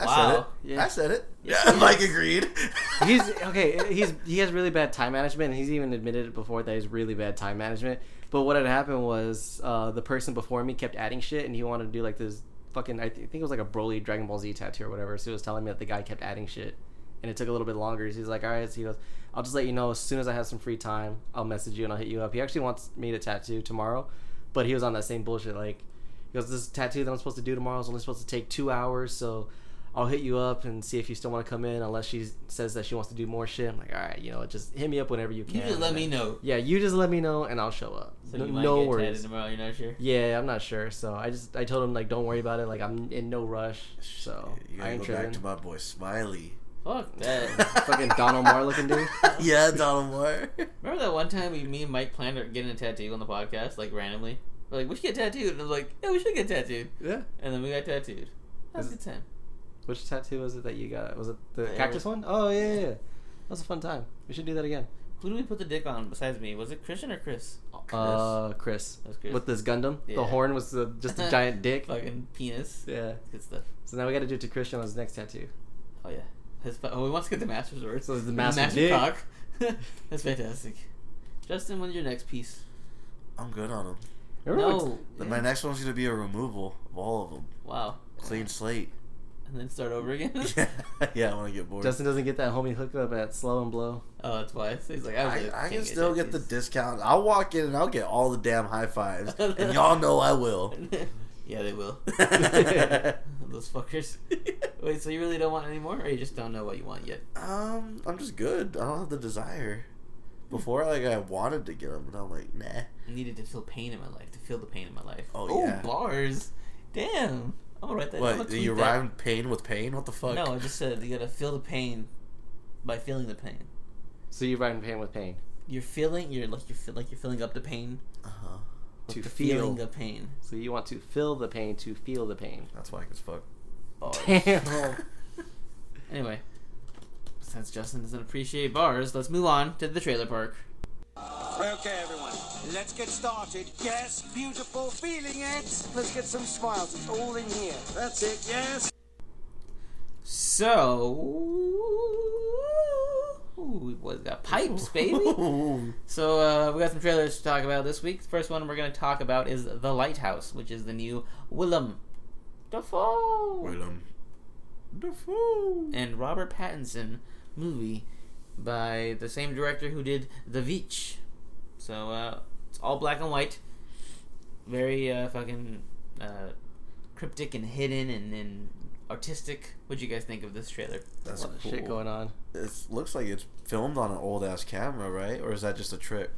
I said it. Wow. Yeah. I said it. Yeah. Mike agreed. He's okay. He's he has really bad time management. and He's even admitted it before that he's really bad time management. But what had happened was uh, the person before me kept adding shit, and he wanted to do like this fucking. I, thi- think it was like a Broly Dragon Ball Z tattoo or whatever. So he was telling me that the guy kept adding shit, and it took a little bit longer. So he's like, "All right," so he goes, "I'll just let you know as soon as I have some free time. I'll message you and I'll hit you up." He actually wants me to tattoo tomorrow, but he was on that same bullshit. Like he goes, "This tattoo that I'm supposed to do tomorrow is only supposed to take two hours, so." I'll hit you up and see if you still want to come in. Unless she says that she wants to do more shit, I'm like, all right, you know, just hit me up whenever you can. You just let And me then- know. Yeah, you just let me know and I'll show up. So no you might no get worries. tattooed tomorrow. You're not sure. Yeah, I'm not sure. So I just I told him like, don't worry about it. Like I'm in no rush. So you I gotta ain't go tripping. back to my boy Smiley. Fuck that. Fucking Donald Moore looking dude. yeah, Donald Moore. Remember that one time we, me and Mike planned on getting a tattoo on the podcast, like randomly. We're like, we should get tattooed, and I was like, yeah, we should get tattooed, yeah. and then we got tattooed. That was a good time. Which tattoo was it that you got? Was it the Yeah. cactus one? Oh yeah, yeah, yeah. That was a fun time. We should do that again. Who do we put the dick on besides me? Was it Christian or Chris? Chris. Uh, Chris. That was Chris. With this Gundam, Yeah. the horn was the, just a giant dick. Fucking penis. Yeah. Good stuff. So now we got to do it to Christian on his next tattoo. Oh yeah. His, oh, he wants to get the master's sword. So it's the master dick. cock. That's fantastic. Justin, when's your next piece? I'm good on him. No. Then Yeah. My next one's gonna be a removal of all of them. Wow. Clean slate. And then start over again. yeah, yeah. I want to get bored. Justin doesn't get that homie hookup at Slow and Blow. Oh, that's why. So he's like, I, really I, I can't can still get the tattoos. discount. I'll walk in and I'll get all the damn high fives, and y'all know I will. yeah, they will. um, Those fuckers. Wait, so you really don't want any more, or you just don't know what you want yet? Um, I'm just good. I don't have the desire. Before, like I wanted to get them, and I'm like, nah. I needed to feel pain in my life, to feel the pain in my life. Oh, Ooh, yeah. bars. Damn. I'm gonna write that. I'm What? gonna You tweet that. rhymed pain with pain? What the fuck? No, I just said you gotta feel the pain by feeling the pain. So you're riding pain with pain. You're feeling. You're like you're feel, like you're filling up the pain. Uh-huh. with To the feel. feeling the pain. So you want to feel the pain to feel the pain. That's why I can fuck. Bars. Damn. Anyway, since Justin doesn't appreciate bars, let's move on to the trailer park. Okay, everyone, let's get started. Yes, beautiful, feeling it. Let's get some smiles. It's all in here. That's it, yes. So, ooh, we got pipes, baby. um, So uh, we got some trailers to talk about this week. The first one we're going to talk about is The Lighthouse, which is the new Willem Dafoe Willem. The fool. and Robert Pattinson movie by the same director who did The Beach. So uh, it's all black and white, very uh, fucking uh, cryptic and hidden and, and artistic. What do you guys think of this trailer? That's That's a lot of cool. shit going on. It looks like it's filmed on an old ass camera, right? Or is that just a trick?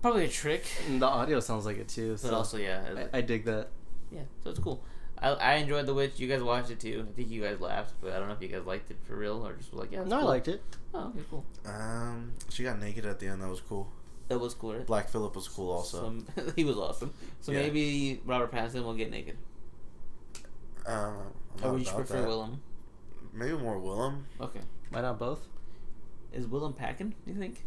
Probably a trick, And the audio sounds like it too. So but also yeah, Mm. I, I dig that. yeah. So it's cool. I, I enjoyed The Witch. You guys watched it too. I think you guys laughed, but I don't know if you guys liked it for real or just were like yeah. it's No, I cool. liked it. Oh, okay, cool. Um, she got naked at the end. That was cool. That was cool. Right? Black Phillip was cool also. So, he was awesome. So Yeah. maybe Robert Pattinson will get naked. Um, I'm Or not Oh, would you about prefer that. Willem? Maybe more Willem. Okay. Why not both? Is Willem packing? Do you think?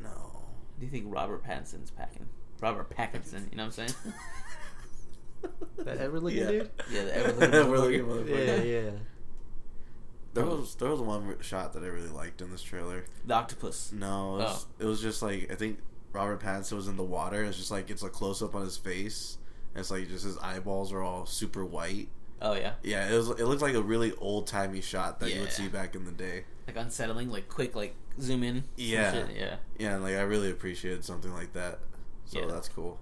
No. Do you think Robert Pattinson's packing? Robert Pattinson, you know what I'm saying? That ever looking Yeah. dude? Yeah, the ever-looking Ever-looking motherfucker. motherfucker. Yeah, yeah. There was there was one shot that I really liked in this trailer. the octopus. No, it was, Oh. it was just like I think Robert Pattinson was in the water. It's just like it's a close up on his face. And it's like just his eyeballs are all super white. Oh yeah, Yeah, it was. It looked like a really old timey shot that you would Yeah. see back in the day. like unsettling, like quick, like zoom in. some Yeah. shit, yeah. Yeah, and like I really appreciated something like that. So Yeah. that's cool.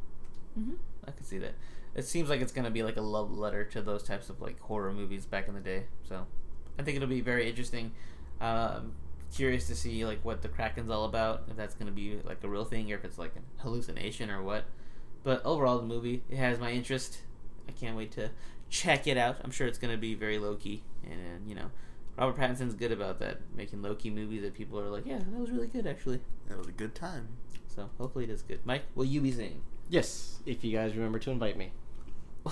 I can see that. It seems like it's gonna be like a love letter to those types of like horror movies back in the day. So, I think it'll be very interesting. Um, curious to see like what the Kraken's all about. If that's gonna be like a real thing, or if it's like a hallucination or what. But overall, the movie it has my interest. I can't wait to check it out. I'm sure it's gonna be very low key, and you know, Robert Pattinson's good about that, making low key movies that people are like, yeah, that was really good actually. That was a good time. So hopefully it is good. Mike, will you be seeing? Yes, if you guys remember to invite me.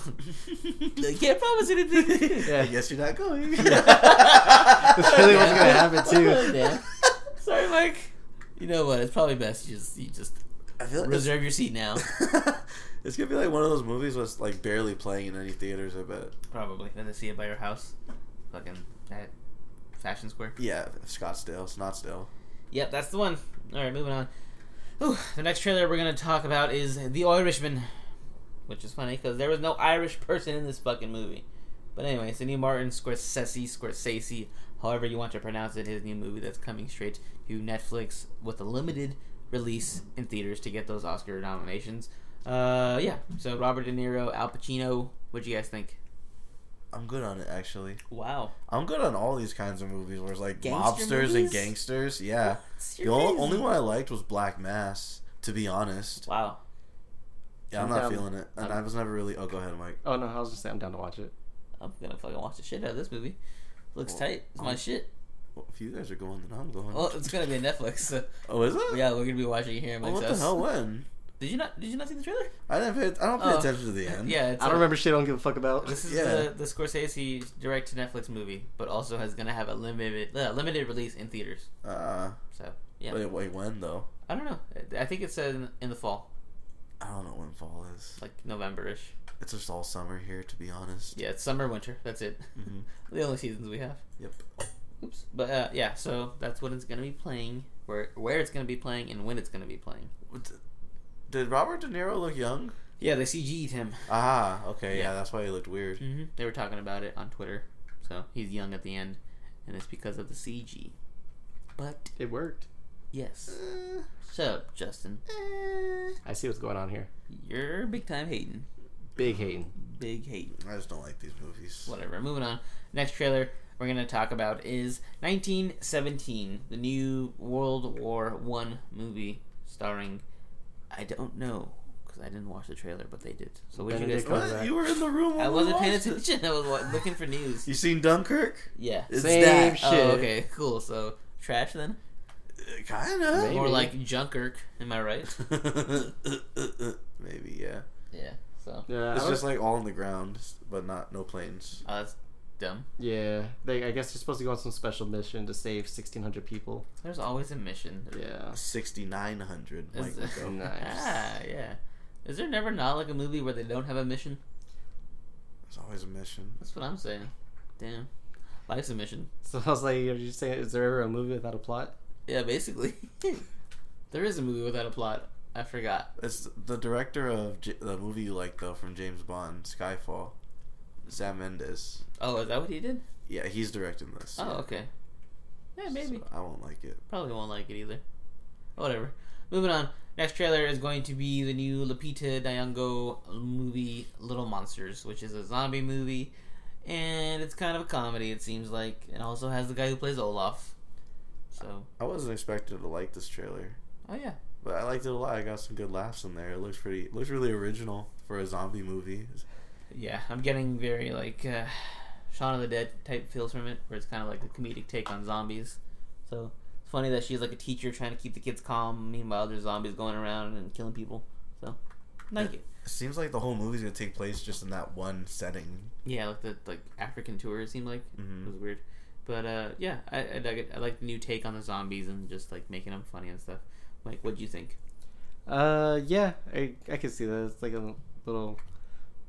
I can't promise anything. Yeah. I guess you're not going. This really wasn't gonna happen too. Yeah. Sorry, Mike. Uh, You know what? It's probably best you just you just I feel like reserve your seat now. it's, it's gonna be like one of those movies that's like barely playing in any theaters. I bet. Probably. Then they see it by your house, fucking at Fashion Square. Yeah, Scottsdale, Snotsdale. Yep, that's the one. All right, moving on. Ooh, the next trailer we're gonna talk about is The Irishman, which is funny because there was no Irish person in this fucking movie. But anyway, it's a new Martin Scorsese, Scorsese, however you want to pronounce it, his new movie that's coming straight to Netflix with a limited release in theaters to get those Oscar nominations. Uh, yeah. So Robert De Niro, Al Pacino. What do you guys think? I'm good on it actually. Wow. I'm good on all these kinds of movies where it's like Gangster mobsters movies? and gangsters. Yeah. The ol- only one I liked was Black Mass. To be honest, Wow. yeah, I'm I'm not down. feeling it, and I was never really. Oh, go ahead, Mike. Oh no, I was just saying I'm down to watch it. I'm gonna fucking watch the shit out of this movie. Looks tight. It's my shit. Well, if you guys are going, then I'm going. Well, Oh, it's gonna be on Netflix. So. oh, is it? Yeah, we're gonna be watching it here in Well, Mike's Oh, what the house. hell? When? Did you not? Did you not see the trailer? I didn't. Pay, I don't pay Oh. attention to the end. Yeah, it's I don't a- remember shit. I don't give a fuck about. This is Yeah. the the Scorsese direct to Netflix movie, but also has gonna have a limited uh, limited release in theaters. Uh, So yeah, wait, wait, when though? I don't know. I think it said in, in the fall, I don't know when fall is. like November-ish. It's just all summer here, to be honest. Yeah, it's summer, winter. That's it. the only seasons we have. Yep. Oops. But uh, yeah, so that's when it's gonna be playing, where where it's gonna be playing, and when it's gonna be playing. What- Did Robert De Niro look young? Yeah, they CG'd him. Ah, okay, yeah, Yeah. that's why he looked weird. hmm They were talking about it on Twitter. So he's young at the end, and it's because of the CG. But It worked. yes. Eh, So Justin, eh. I see what's going on here. you're big time hating. Big hating. Big hating. I just don't like these movies. Whatever. Moving on. Next trailer we're gonna talk about is 1917, the new World War One movie starring. I don't know because I didn't watch the trailer, but they did. So what did you guys? Benedict Think? What? You were in the room. When I we wasn't paying watched it. attention. I was wa- looking for news. You seen Dunkirk? Yeah. It's Same that. shit. Oh, okay. Cool. So trash then. Uh, Kinda. Maybe. More like Junkirk, am I right? Maybe yeah. Yeah. So Yeah, It's I was- just like all on the ground, but not no planes. oh, that's dumb. yeah. They, I guess they're supposed to go on some special mission to save 1,600 people. There's always a mission. Yeah. Sixty nine hundred. Uh. Is- Nice. Ah, yeah. Is there never not like a movie where they don't have a mission? It's always a mission. That's what I'm saying. Damn. Life's a mission. So I was like, are you saying is there ever a movie without a plot? Yeah, basically. there is a movie without a plot. I forgot. It's the director of J- the movie you like though from James Bond, Skyfall. Sam Mendes. Oh, is that what he did? Yeah, he's directing this. Oh, okay. Yeah, maybe. So I won't like it. Probably won't like it either. Whatever. Moving on. Next trailer is going to be the new Lupita Nyong'o movie Little Monsters, which is a zombie movie, and it's kind of a comedy. It seems like it also has the guy who plays Olaf. So, I wasn't expected to like this trailer, oh yeah, but I liked it a lot. I got some good laughs in there. It looks pretty. It looks really original for a zombie movie. yeah. I'm getting very like uh, Shaun of the Dead type feels from it, where it's kind of like a comedic take on zombies. So it's funny that she's like a teacher trying to keep the kids calm, meanwhile there's zombies going around and killing people. So, like it. It seems like the whole movie's gonna take place just in that one setting. Yeah, like the like African tour it seemed like it was weird, but uh, yeah, I, I dug it. I like the new take on the zombies and just like making them funny and stuff. Like, what do you think? Uh, yeah, I, I can see that. It's like a little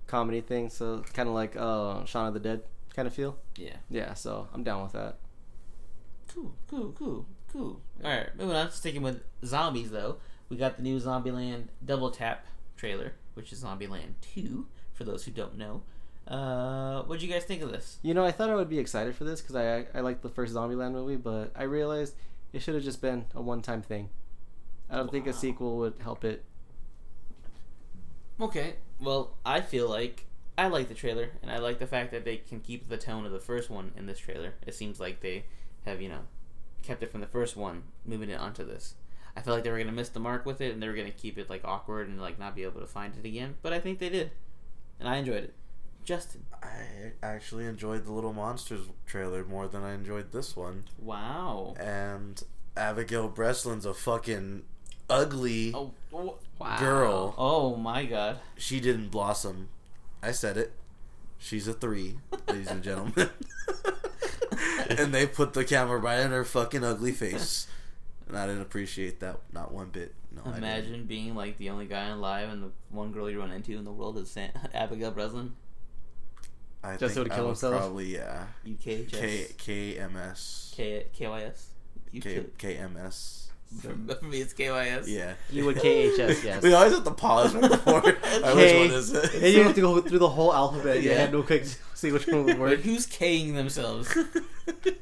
comedy thing, so kind of like uh, Shaun of the Dead kind of feel. Yeah, Yeah, so I'm down with that. cool, cool, cool, cool. All right, moving on. Sticking with zombies though, we got the new Zombieland Double Tap trailer, which is Zombieland Two. For those who don't know, uh, what do you guys think of this? You know, I thought I would be excited for this because I I liked the first Zombieland movie, but I realized it should have just been a one time thing. I don't think a Wow. sequel would help it. Okay. Well, I feel like I like the trailer, and I like the fact that they can keep the tone of the first one in this trailer. It seems like they have, you know, kept it from the first one, moving it onto this. I felt like they were gonna miss the mark with it, and they were gonna keep it like awkward and like not be able to find it again. But I think they did, and I enjoyed it. Justin, I actually enjoyed the Little Monsters trailer more than I enjoyed this one. wow. And Abigail Breslin's a fucking ugly. Oh, oh, wow. Girl. Oh my god. She didn't blossom. I said it. She's a three, ladies and gentlemen. and they put the camera right in her fucking ugly face. And I didn't appreciate that not one bit. No, I didn't. Imagine being like the only guy alive, and the one girl you run into in the world is San- Abigail Breslin. I Just so to I kill would himself? Probably yeah. U K K K K M S K K Y S. You K kill- K M S. For me, it's K Y S. Yeah. You would KHS, yes. we always have to pause right before. I K- Which one is it? And you have to go through the whole alphabet. Yeah, Yeah. real quick, see which one would Like, work. who's K-ing themselves? yeah.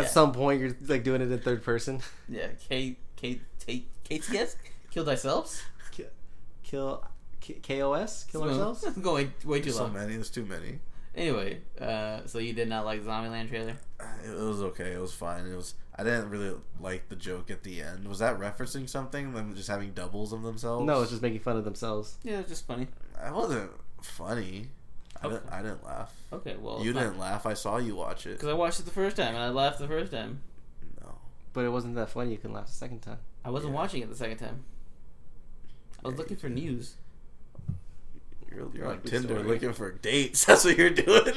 At some point, you're like doing it in third person. yeah. K K T K T S. Kill thyself. Ki- Kill, K- KOS, kill ourselves. It's going way too There's so long. many. There's too many. Anyway, uh, so you did not like the Zombieland trailer? Uh, It was okay. It was fine. It was. I didn't really like the joke at the end. Was that referencing something? Them just having doubles of themselves? No, it's just making fun of themselves. Yeah, it's just funny. I wasn't funny. I, didn't, Okay. I didn't laugh. Okay, well, you didn't laugh. I saw you watch it. because I watched it the first time and I laughed the first time. No. But it wasn't that funny. You can laugh the second time. I wasn't Yeah. watching it the second time. I was looking for news. You're, you're on Likely Tinder story. looking for dates. That's what you're doing.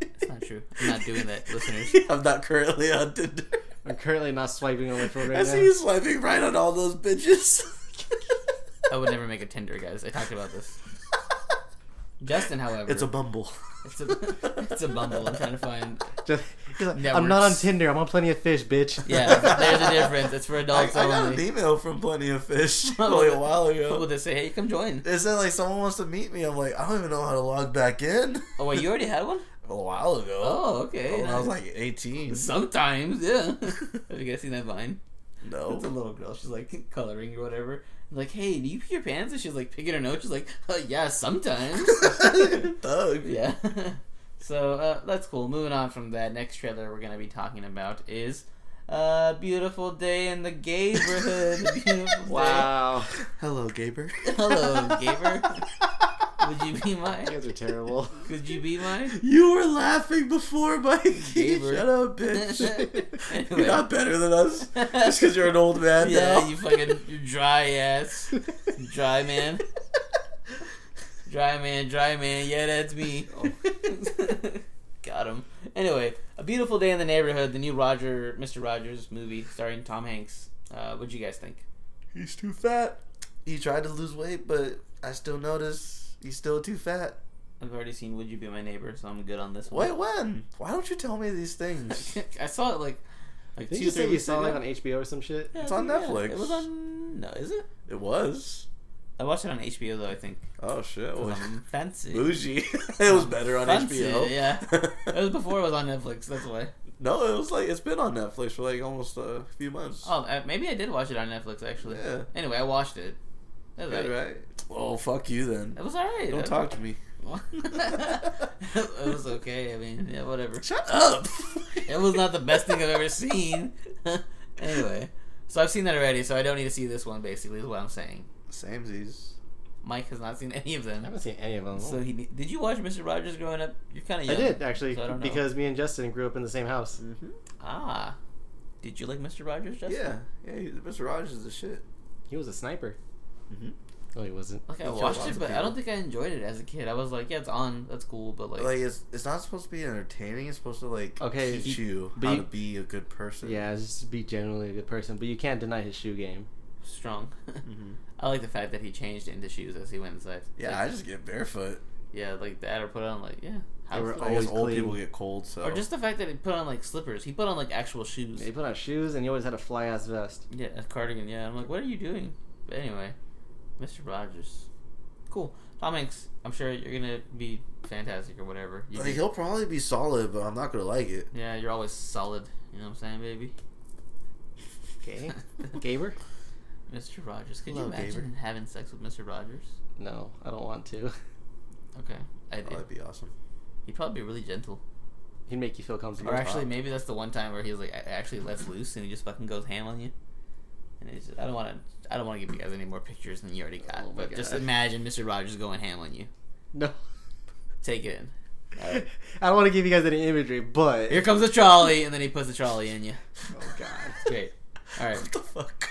It's not true. I'm not doing that, listeners. I'm not currently on Tinder. I'm currently not swiping on my phone I right see now. you swiping right on all those bitches. I would never make a Tinder, guys. I talked about this. Justin, however, It's a bumble. it's a, it's a bumble. I'm trying to find. Just, he's like, I'm Networks. not on Tinder. I'm on Plenty of Fish, bitch. Yeah, there's a difference. It's for I, I adults got an only. email from Plenty of Fish probably a while People ago. just say, "Hey, come join." It said like someone wants to meet me. I'm like, I don't even know how to log back in. Oh wait, you already had one? A while ago. Oh, okay. when I was nice. like 18. sometimes, yeah. Have you guys seen that Vine? It's a No. little girl. She's like coloring or whatever. I'm like, hey, do you pee your pants? And she's like picking her nose. She's like, uh, yeah, sometimes. Thug. yeah. so uh, that's cool. Moving on from that, next trailer we're gonna be talking about is uh, "Beautiful Day in the Gayborhood." Beautiful Wow. Hello, Gaber. Day. Hello, Gaber. Would you be my? You guys are terrible. Could you be my? You were laughing before, Mikey. Gaber. Shut up, bitch. Anyway. You're not better than us. Just because you're an old man Yeah, now. you fucking you dry ass, dry man, dry man, dry man. Yeah, that's me. Got him. Anyway, a beautiful day in the neighborhood. The new Roger, Mister Rogers movie starring Tom Hanks. Uh, what'd you guys think? He's too fat. He tried to lose weight, but I still notice he's still too fat. I've already seen Would You Be My Neighbor, so I'm good on this one. Wait, when? Why don't you tell me these things? I saw it like like Did two you or say three you weeks saw ago. it on HBO or some shit? Yeah, I It's on think, yeah. Netflix. It was on. No, is it? It was. I watched it on HBO though. I think. Oh, shit. 'cause Well, I'm fancy. bougie. it was better on Fancy, HBO. yeah. It was before it was on Netflix. That's why. No, it was like, it's been on Netflix for like almost a few months. Oh, uh, maybe I did watch it on Netflix actually. Yeah. Anyway, I watched it. It was Good, alright. right? Oh, fuck you then. It was alright. Don't talk to me. it was okay. I mean, yeah, whatever. Shut up. It was not the best thing I've ever seen. anyway, so I've seen that already, so I don't need to see this one. Basically, is what I'm saying. Samesies. Mike has not seen any of I them. haven't seen any of them. So he did you watch Mister Rogers growing up? You're kind of I young. did actually so I don't know. because me and Justin grew up in the same house. Mm-hmm. Ah, did you like Mister Rogers? Justin? Yeah, yeah. he- Mr. Rogers is the shit. He was a sniper. Mm-hmm. Oh, No, he wasn't. Like I killed watched lots it, of but I don't people. think I enjoyed it as a kid. I was like, yeah, it's on. That's cool, but like, Like it's it's not supposed to be entertaining. It's supposed to like Okay, teach he- you but how you- to be a good person. Yeah, just be generally a good person, but you can't deny his shoe game. strong. Mm-hmm. hmm I like the fact that he changed into shoes as he went inside. Yeah, I like, just get barefoot. yeah, like that or put on like yeah, They were house I guess Always old clean. people get cold, so or just the fact that he put on like slippers. He put on like actual shoes. He put on shoes and he always had a fly ass vest. Yeah, a cardigan. Yeah, I'm like, what are you doing? But anyway, Mister Rogers, cool. Tom Hanks, I'm sure you're gonna be fantastic or whatever. You like did- he'll probably be solid, but I'm not gonna like it. yeah, you're always solid. You know what I'm saying, baby? Okay. Gaber? Mr. Rogers. Could you Hello, imagine Gaber. having sex with Mr. Rogers? No, I don't want to. Okay, I Oh, that'd be awesome. He'd probably be really gentle. He'd make you feel comfortable. Or actually, maybe that's the one time where he's like a- actually lets loose and he just fucking goes ham on you. And it's just, I don't want to. I don't want to give you guys any more pictures than you already got. Oh my but just God. imagine Mr. Rogers going ham on you. no. Take it in. I don't want to give you guys any imagery, but Here comes the trolley, and then he puts the trolley in you. oh god, Great. All right. the fuck?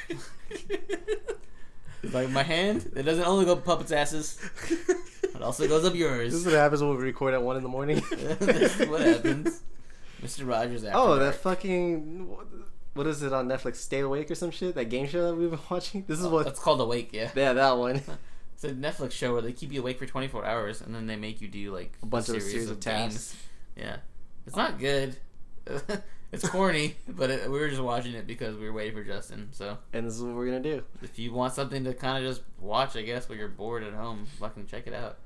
Like my hand, it doesn't only go up puppets' asses, it also goes up this is yours. what happens when we record at one in the morning. This is what happens. Mr. Rogers. After dark. Oh, that fucking what is it on Netflix? Stay awake or some shit? That game show that we've been watching. This is what. Oh, That's called awake. Yeah. yeah, that one. It's a Netflix show where they keep you awake for 24 hours and then they make you do like A bunch of a series of games. tasks. Yeah. It's not good. it's corny, but it, we were just watching it because we were waiting for Justin. So And this is what we're gonna do. if you want something to kind of just watch, I guess, when you're bored at home, fucking check it out.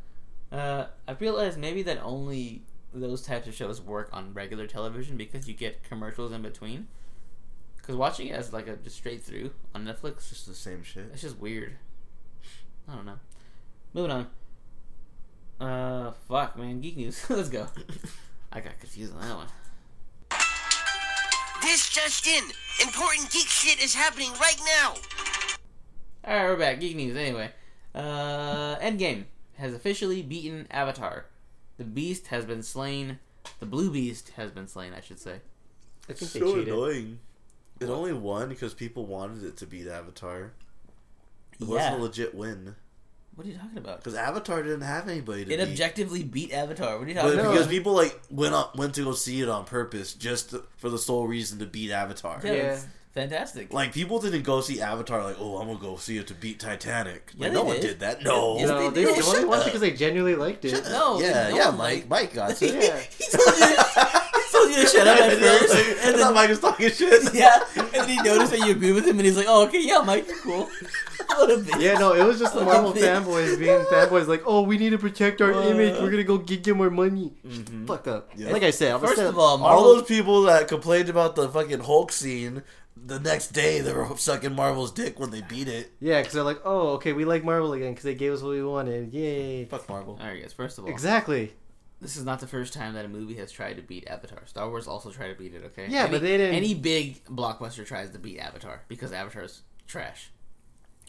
Uh, I realized maybe that only those types of shows work on regular television because you get commercials in between. Because watching it as like a just straight through on Netflix Just the same shit. it's just weird. I don't know. Moving on. Uh, fuck, man. Geek news. Let's go. I got confused on that one. This just in. Important geek shit is happening right now. All right, we're back. Geek news. Anyway, uh, Endgame has officially beaten Avatar. The Beast has been slain. The Blue Beast has been slain. I should say. I think they so cheated. annoying. It only won because people wanted it to beat Avatar. It wasn't a legit win What are you talking about? because Avatar didn't have anybody to It beat. objectively beat Avatar. What are you But talking about? because people like went up, went to go see it on purpose just to, for the sole reason to beat Avatar. Yeah, Yeah. it's fantastic. Like people didn't go see Avatar like, oh, I'm gonna go see it to beat Titanic. Yeah, Like, they no one did. did that. No. Yes, No, they they, did. they Shut only watched up. because they genuinely liked it. no, yeah, no yeah, one Mike. liked- Mike got he it. told Yeah. you, he told you to shut up at first, I and then thought Mike was talking shit. Yeah, and then he noticed that you agree with him, and he's like, "Oh, okay, yeah, Mike, you're cool." What a bitch. Yeah, no, it was just the What a Marvel bitch. fanboys being fanboys like, oh, we need to protect our Uh. image. We're gonna go get, get more money. Fucked up. Yeah. Like I said, I'm Mm-hmm. First upset- of all, All Marvel. those people that complained about the fucking Hulk scene, the next day they were sucking Marvel's dick when they beat it. yeah, because they're like, oh, okay, we like Marvel again because they gave us what we wanted. Yay! Fuck Marvel. All right, guys. First of all, Exactly. this is not the first time that a movie has tried to beat Avatar. Star Wars also tried to beat it. Okay. Yeah, Any- but they didn't- Any big blockbuster tries to beat Avatar because Avatar's trash.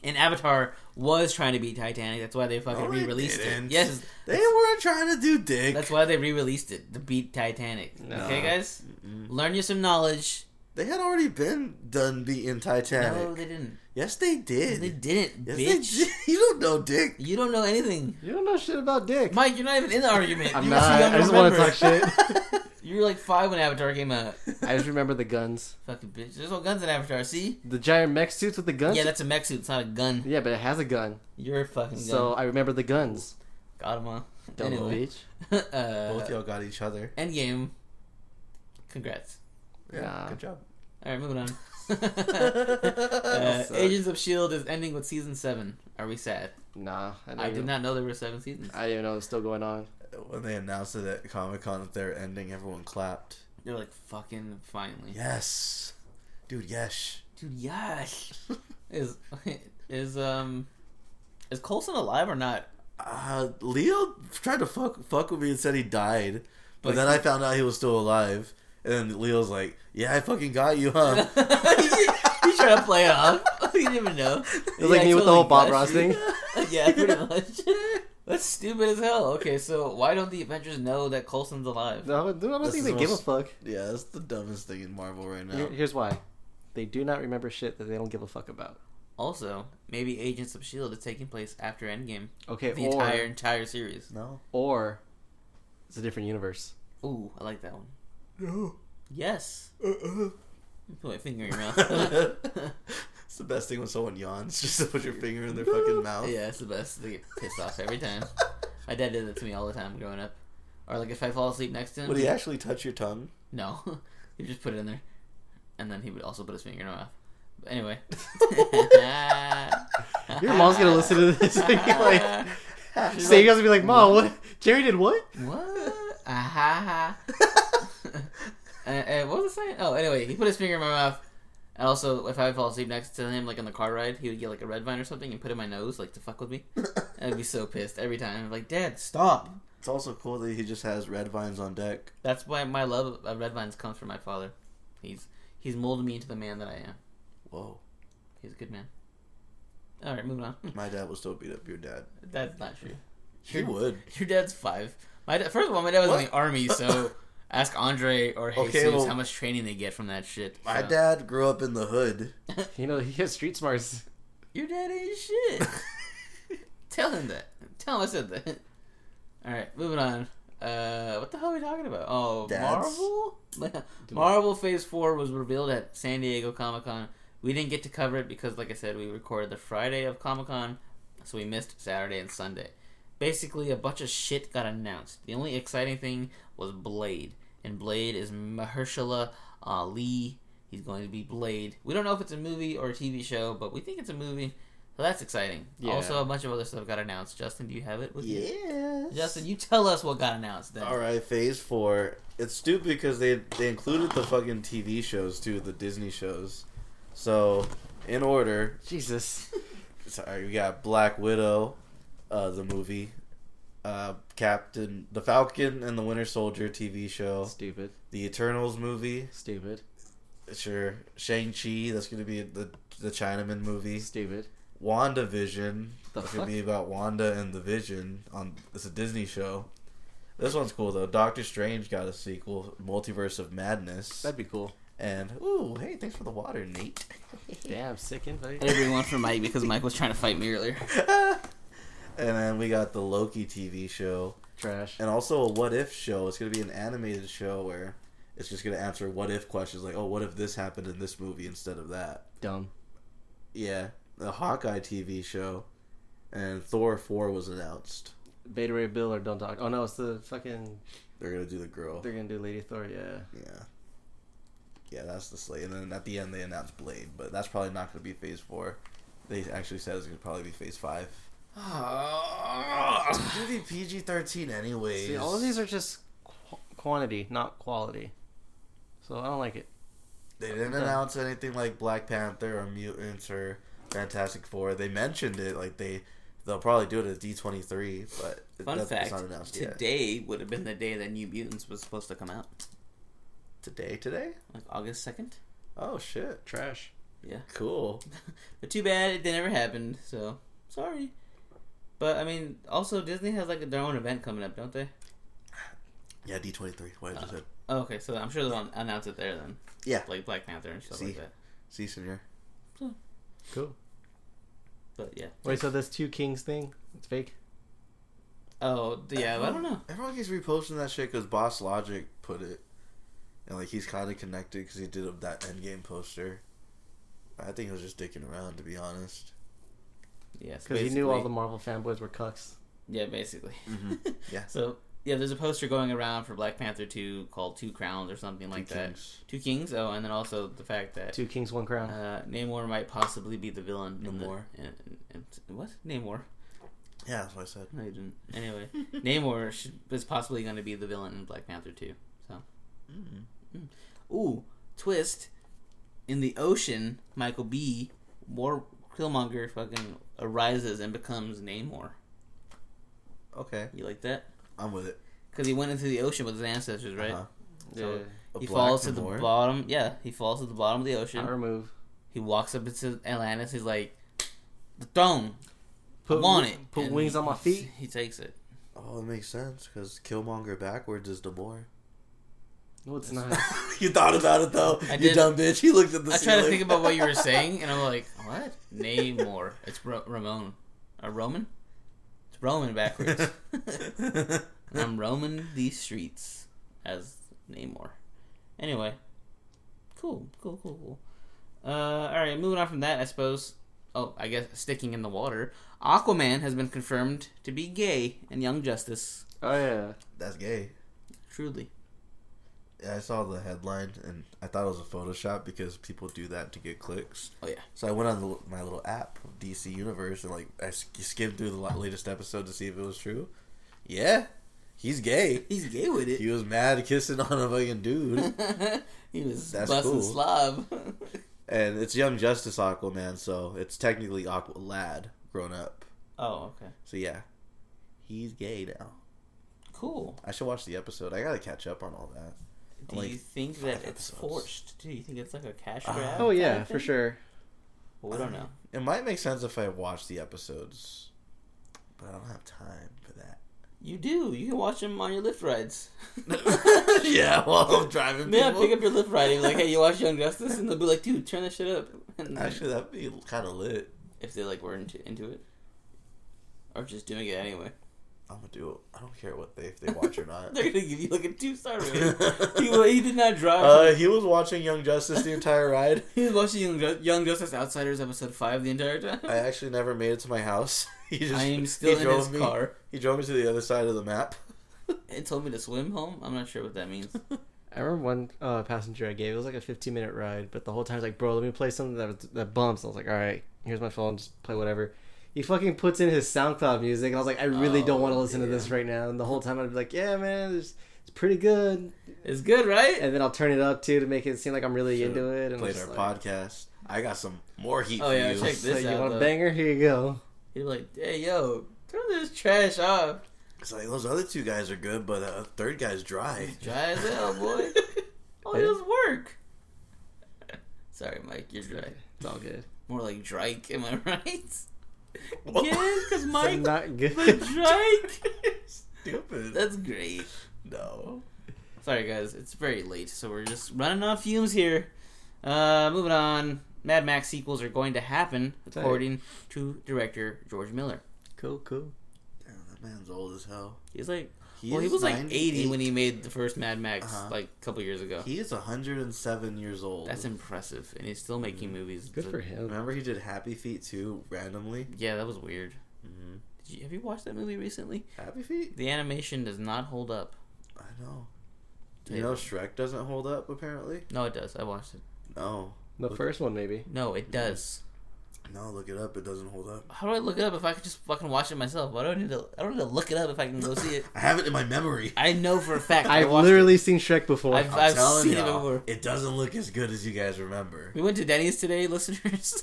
And Avatar was trying to beat Titanic. That's why they fucking No, they re-released it. didn't. Yes, They weren't trying to do dick. that's why they re-released it to beat Titanic. Okay, guys, learn you some knowledge. They had already been done beating Titanic. No, they didn't. yes, they did. They didn't, yes, bitch. they did. You don't know dick. You don't know anything. You don't know shit about dick. Mike, you're not even in the argument. I'm You not. don't I just want to remember. talk shit. You were like five when Avatar came out. I just remember the guns. Fucking bitch. There's no guns in Avatar, see? The giant mech suits with the guns? Yeah, that's a mech suit. It's not a gun. Yeah, but it has a gun. You're a fucking gun. So I remember the guns. Got him, huh? Dumb Anyway. bitch. Both uh, y'all got each other. Endgame. Congrats. Yeah, Nah. good job. Alright, moving on. uh, sucks. Agents of S.H.I.E.L.D. is ending with season 7. Are we sad? Nah, I even- did not know there were 7 seasons. I didn't even know it was still going on. When they announced it at Comic Con that they're ending, everyone clapped. They're like, fucking finally. Yes, dude. Yes. Dude, yes. is, is, um, is Colson alive or not? Uh, Leo tried to fuck fuck with me and said he died, But but then he- I found out he was still alive. And then Leo's like, "Yeah, I fucking got you, Uh. huh?" he tried to play it off. he didn't even know. It was like me with the whole Bob Ross thing. yeah, pretty much. That's stupid as hell. Okay, so why don't the Avengers know that Colson's alive? No, dude, I don't This think is they the give a most- fuck. yeah, that's the dumbest thing in Marvel right now. Here- Here's why. They do not remember shit that they don't give a fuck about. Also, maybe Agents of Shield E is taking place after Endgame, Okay, the or entire entire series. No, or it's a different universe. Ooh, I like that one. Yes. Put my finger in your mouth. it's the best thing when someone yawns, just to put your finger in their fucking mouth. yeah, it's the best. They get pissed off every time. My dad did that to me all the time growing up. Or like if I fall asleep next to him, Would he actually touch your tongue? No, he would just put it in there, and then he would also put his finger in my mouth. But anyway, Your mom's gonna listen to this. and be like, so you guys will be like, "Mom, what? Jerry did what?" what? Uh-huh." Ah ha ha. uh, uh, what was I saying? Oh, anyway, he put his finger in my mouth, And also, if I would fall asleep next to him, like on the car ride, he would get like a red vine or something and put it in my nose, like to fuck with me. I'd be so pissed every time. I'm like, Dad, stop. It's also cool that he just has red vines on deck. That's why my love of red vines comes from my father. He's he's molded me into the man that I am. Whoa. He's a good man. All right, moving on. My dad would still beat up your dad. That's not true. He would. Your dad's five. My da- first of all, my dad was in the army, so ask Andre or Okay, Jesus well- how much training they get from that shit. My So- dad grew up in the hood. You know, he has street smarts. Your dad ain't shit. Tell him that. Tell him I said that. All right, moving on. Uh, what the hell are we talking about? Oh, Dads? Marvel. Marvel Phase Four was revealed at San Diego Comic Con. We didn't get to cover it because, like I said, we recorded the Friday of Comic Con, so we missed Saturday and Sunday. Basically, a bunch of shit got announced. The only exciting thing was Blade, and Blade is Mahershala Ali. He's going to be Blade. We don't know if it's a movie or a TV show, but we think it's a movie. So that's exciting. Yeah. Also, a bunch of other stuff got announced. Justin, do you have it with you? Yeah. Justin, you tell us what got announced then. All right, Phase Four. It's stupid because they they included the fucking TV shows too, the Disney shows. So, in order, Jesus. sorry, we uh, got Black Widow, uh, the movie, uh, Captain, the Falcon and the Winter Soldier TV show, Stupid. the Eternals movie, Stupid. sure, Shang Chi. That's gonna be the the Chinaman movie. Stupid. WandaVision. The It's fuck? gonna be about Wanda and the Vision on it's a Disney show. This one's cool though. Doctor Strange got a sequel, Multiverse of Madness. That'd be cool. and ooh, hey, thanks for the water, Nate. Damn, sick invite. Everyone for Mike because Mike was trying to fight me earlier. And then we got the Loki TV show. Trash. And also a what if show. It's gonna be an animated show where it's just gonna answer what if questions like, oh, what if this happened in this movie instead of that? Dumb. Yeah. The Hawkeye TV show. And Thor four was announced. Beta Ray Bill or don't talk. Oh no, it's the fucking. They're gonna do the girl. They're gonna do Lady Thor. Yeah. Yeah. Yeah, that's the slate. And then at the end, they announced Blade, but that's probably not going to be phase four. They actually said it's going to probably be phase five. It's going to be PG 13 anyways. See, all of these are just qu- quantity, not quality. So I don't like it. They didn't announce anything like Black Panther or Mutants or Fantastic Four. They mentioned it. Like, they. They'll probably do it at D twenty three, but it- Fun that's- fact: it's not announced yet. Today would have been the day that New Mutants was supposed to come out, Today, today? like August second. Oh shit! Trash. Yeah, Cool. but too bad it never happened. So sorry. But I mean, also Disney has like their own event coming up, don't they? Yeah, D twenty three. What I just said. Oh, okay, so I'm sure they'll announce it there then, Yeah. like Black Panther and stuff See. like that. See, senor. Cool. But yeah. Wait, so this two kings thing? It's fake. Oh yeah, but I don't know. Everyone keeps reposting that shit because Boss Logic put it, and like he's kind of connected because he did that Endgame poster. I think he was just dicking around, to be honest. Yes, Because he knew all the Marvel fanboys were cucks. Yeah, basically. Mm-hmm. Yeah. So yeah, there's a poster going around for Black Panther two called Two Crowns or something like that. Kings. Two Kings. Oh, and then also the fact that Two kings, one crown. uh, Namor might possibly be the villain. in the- Namor. in in- in- what Namor? Yeah, that's what I said. No, he didn't. Anyway, Namor should, is possibly going to be the villain in Black Panther two. So, Hmm. Mm. ooh, twist in the ocean. Michael B. War Killmonger fucking arises and becomes Namor. Okay, You like that? I'm with it. Because he went into the ocean with his ancestors, right? Uh-huh. So A he black falls to the Namor? bottom. Yeah, he falls to the bottom of the Power ocean. move. He walks up into Atlantis. He's like, the throne. Put want wi- it. Put And wings on my he- feet. He takes it. Oh, it makes sense because Killmonger backwards is Namor. No, it's not. you thought about it though, I you did. dumb bitch. He looked at the. I try to ceiling. think about what you were saying, and I'm like, what? Namor. It's Ro- Ramon. A Roman? It's Roman backwards. I'm roaming these streets as Namor. Anyway, cool, cool, cool, cool. Uh, all right, moving on from that, I suppose. Oh, I guess sticking in the water. Aquaman has been confirmed to be gay in Young Justice. oh yeah. That's gay. Truly, Yeah, I saw the headline and I thought it was a Photoshop because people do that to get clicks. oh yeah, So I went on the, my little app, DC Universe, and like I sk- skimmed through the la- latest episode to see if it was true. Yeah, he's gay. he's gay with it. He was mad kissing on a fucking dude. he was That's busting cool. slob. and it's Young Justice Aquaman, so it's technically Aqua Lad grown up. Oh, okay. So yeah, he's gay now. Cool. I should watch the episode. I gotta catch up on all that. Do Like, you think that it's episodes. Uh, forced? Do you think it's like a cash grab? Oh yeah, type for thing? sure. Well, we don't know. It might make sense if I watch the episodes, but I don't have time for that. You do. You can watch them on your lift rides. yeah, while I'm driving. Yeah, people. pick up your lift ride and be like, hey, you watch Young Justice? And they'll be like, dude, turn that shit up. And Actually, that'd be kind of lit. if they like were into, into it. Or just doing it anyway. I'm gonna do it. I don't care what they if they watch or not. They're gonna give you like a two star rating. he, he did not drive. uh, he was watching Young Justice the entire ride. he was watching Young, Ju- Young Justice Outsiders episode five the entire time. I actually never made it to my house. He just I am still in his me, car. He drove me to the other side of the map. It told me to swim home. I'm not sure what that means. I remember one uh, passenger I gave. It was like a 15 minute ride, but the whole time I was like, "Bro, let me play something that was, that bumps." I was like, "All right, here's my phone. Just play whatever." He fucking puts in his SoundCloud music. And I was like, "I really don't Oh, want to listen to this right now." And the whole time I'd be like, "Yeah, man, it's, it's pretty good." It's good, right? And then I'll turn it up too to make it seem like I'm really Should've into it. And I'm Played just our like, podcast. I got some more heat Oh, for yeah, you. check this So you out, want though. a banger? Here you go. He'd be like, hey, yo, turn this trash off. It's like those other two guys are good, but uh, third guy's dry. Dry as hell, boy. All he does is work. Sorry, Mike, you're dry. It's all good. More like Drake, am I right? Whoa. Yeah, because Mike Not the good. Drake. Stupid. That's great. No. Sorry, guys, it's very late, so we're just running on fumes here. Uh, moving on. Mad Max sequels are going to happen, Tight. according to director George Miller. cool, cool. Damn, that man's old as hell. He's like, He well, he is was like 98. eighty when he made the first Mad Max, Uh-huh. like a couple years ago. He is 107 years old. That's impressive, and he's still making movies. Mm-hmm. Good for him. Remember he did Happy Feet too randomly. Yeah, that was weird. Mhm. Did you, have you watched that movie recently? Happy Feet. The animation does not hold up. I know. You know Shrek doesn't hold up apparently. No, it does. I watched it. No. The first one, maybe. No, it does. No, look it up. It doesn't hold up. How do I look it up if I could just fucking watch it myself? Why do I need to? I don't need to look it up if I can go see it. I have it in my memory. I know for a fact. I I've watched literally seen Shrek before. I've- I've- seen it y'all, before. It doesn't look as good as you guys remember. We went to Denny's today, listeners.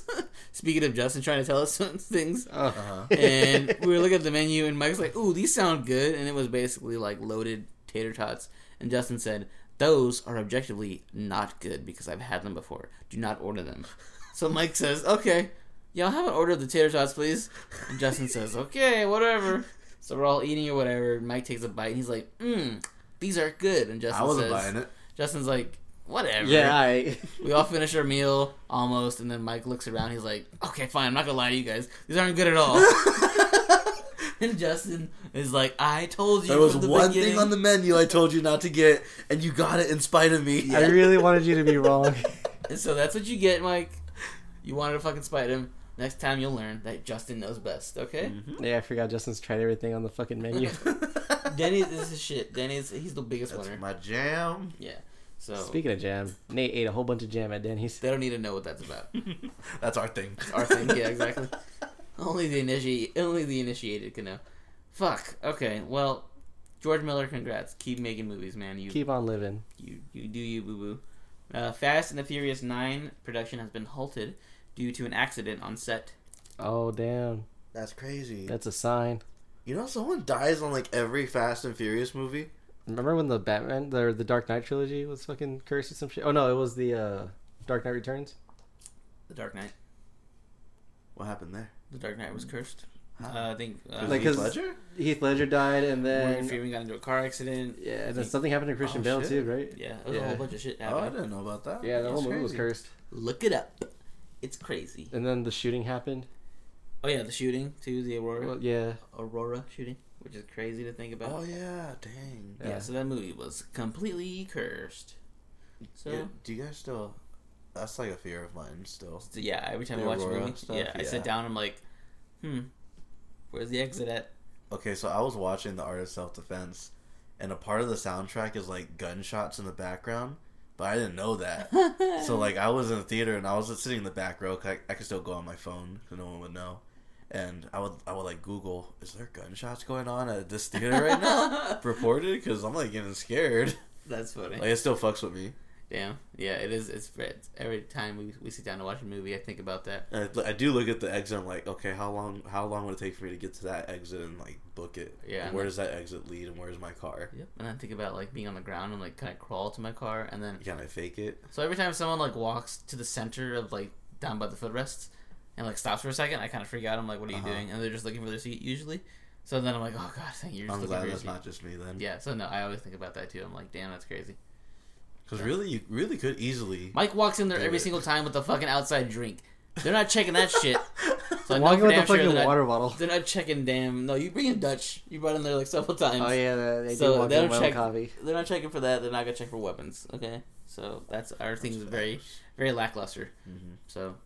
Speaking of Justin trying to tell us some things. Uh-huh. And we were looking at the menu, and Mike's like, Ooh, these sound good. And it was basically like loaded tater tots. And Justin said, Those are objectively not good because I've had them before. Do not order them. So Mike says, Okay, y'all have an order of the tater tots, please. And Justin says, Okay, whatever. So we're all eating or whatever. and Mike takes a bite, and he's like, Mmm, these are good. And Justin I wasn't says, buying it. Justin's like, Whatever. yeah, I. We all finish our meal almost, and then Mike looks around. He's like, "Okay, fine. I'm not gonna lie to you guys. These aren't good at all." and Justin is like, "I told you." There was Oh. from the one beginning. thing on the menu I told you not to get, and you got it in spite of me. I really wanted you to be wrong. And so that's what you get, Mike. You wanted to fucking spite him. Next time you'll learn that Justin knows best. Okay. Yeah, I forgot Justin's tried everything on the fucking menu. Denny's is his shit. Denny's he's the biggest Mm-hmm. That's winner. my jam. yeah. So Speaking of jam, Nate ate a whole bunch of jam at Denny's. they don't need to know what that's about. That's our thing. Our thing. Yeah, exactly. only the initiate, only the initiated can know. Fuck. Okay. Well, George Miller, congrats. Keep making movies, man. You Keep on living. you you do you boo boo. Uh, Fast and the Furious Nine production has been halted due to an accident on set. Oh damn, That's crazy. that's a sign. You know, someone dies on like every Fast and Furious movie. Remember when the Batman, the the Dark Knight trilogy was fucking cursed or some shit? Oh no, it was the uh, Dark Knight Returns. The Dark Knight. What happened there? The Dark Knight Mm. was cursed. Uh, I think uh, Like, Heath 'cause- Ledger? Heath Ledger died, and uh, Morgan then Freeman got into a car accident. yeah, and then something happened to Christian Oh, Bale shit. too, right? Yeah, it was a Yeah. whole bunch of shit Oh, I happening. didn't know about that. Yeah, the whole That's movie was crazy. cursed, Look it up. It's crazy. and then the shooting happened. Oh yeah, the shooting too. The Aurora Well, yeah, Aurora shooting, which is crazy to think about. Oh yeah, dang. Yeah, so that movie was completely cursed. So Yeah, yeah, do you guys still? That's like a fear of mine still. so yeah every time The I watch Aurora a movie, stuff, yeah, I yeah. sit down. I'm like, hmm, where's the exit at? Okay, so I was watching the art of self defense, and a part of the soundtrack is like gunshots in the background, but I didn't know that. so like I was in the theater and I was sitting in the back row. 'cause I, I could still go on my phone, so no one would know. And I would I would like Google, is there gunshots going on at this theater right now? Reported because I'm like getting scared. That's funny. Like it still fucks with me. Damn. Yeah, it is. It's, it's every time we, we sit down to watch a movie, I think about that. And I, I do look at the exit. I'm like, okay, how long? How long would it take for me to get to that exit and like book it? Yeah. And where does that exit lead? And where's my car? Yep. And I think about like being on the ground and like, can I crawl to my car? And then Can I fake it? so every time someone like walks to the center of like down by the footrests and like stops for a second, I kind of freak out. I'm like, what are you Uh-huh. doing? And they're just looking for their seat usually. So then I'm like, oh god, thank you. You're just I'm looking for glad your that's seat. not just me then. Yeah. So no, I always think about that too. I'm like, damn, that's crazy. Because really, you really could easily. Mike walks in there Do every it. single time with a fucking outside drink. They're not checking that shit. So I know Walking for with a damn sure fucking they're not- water bottle. They're not checking damn. No, you bring in Dutch. You brought in there like several times. Oh yeah, they, they do So walk they in don't wild check. copy. They're not checking for that. They're not gonna check for weapons. Okay, so that's our thing's very, very lackluster. So,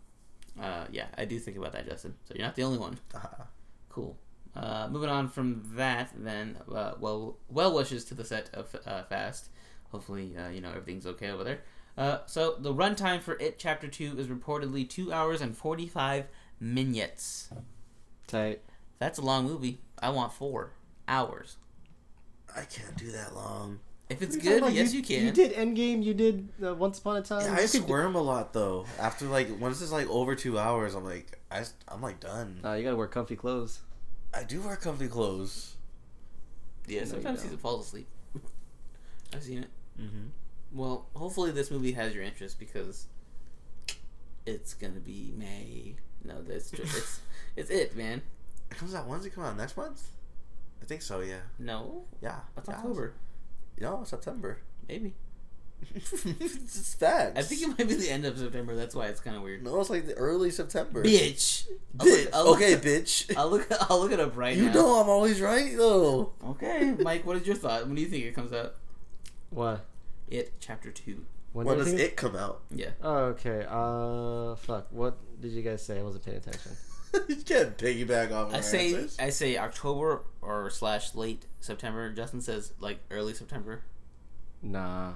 uh, yeah, I do think about that, Justin. So you're not the only one. Uh-huh. Cool. Uh, moving on from that, then uh, well, well wishes to the set of uh, Fast. Hopefully, uh, you know everything's okay over there. Uh, so the runtime for it Chapter Two is reportedly two hours and forty five minutes. Tight. That's a long movie. I want four hours. I can't do that long. If it's What are you good, talking about? yes, you, can. You did Endgame. You did uh, Once Upon a Time. Yeah, you I could- squirm a lot though. After like once it's like over two hours, I'm like I am like done. Uh, you gotta wear comfy clothes. I do wear comfy clothes. Yeah, No, you sometimes don't. he falls asleep. I've seen it. Mm-hmm. Well, hopefully this movie has your interest because it's gonna be May. No, that's just it's it's it, man. It comes out. When's it come out? Next month? I think so. Yeah. No, Yeah. that's yeah. October, No, September. maybe. it's facts. I think it might be the end of September. That's why it's kind of weird. No, it's like the early September. Bitch, I'll look- Bitch. I'll look- okay, bitch. I'll look. I'll look it up right you now. know I'm always right though. Okay, Mike. What is your thought? When do you think it comes out? What? It chapter two. When When did does you- it come out? Yeah. Oh, okay. Uh, fuck. What did you guys say? I wasn't paying attention. you can't piggyback off. of I our say answers. I say October or slash late September. Justin says like early September. Nah,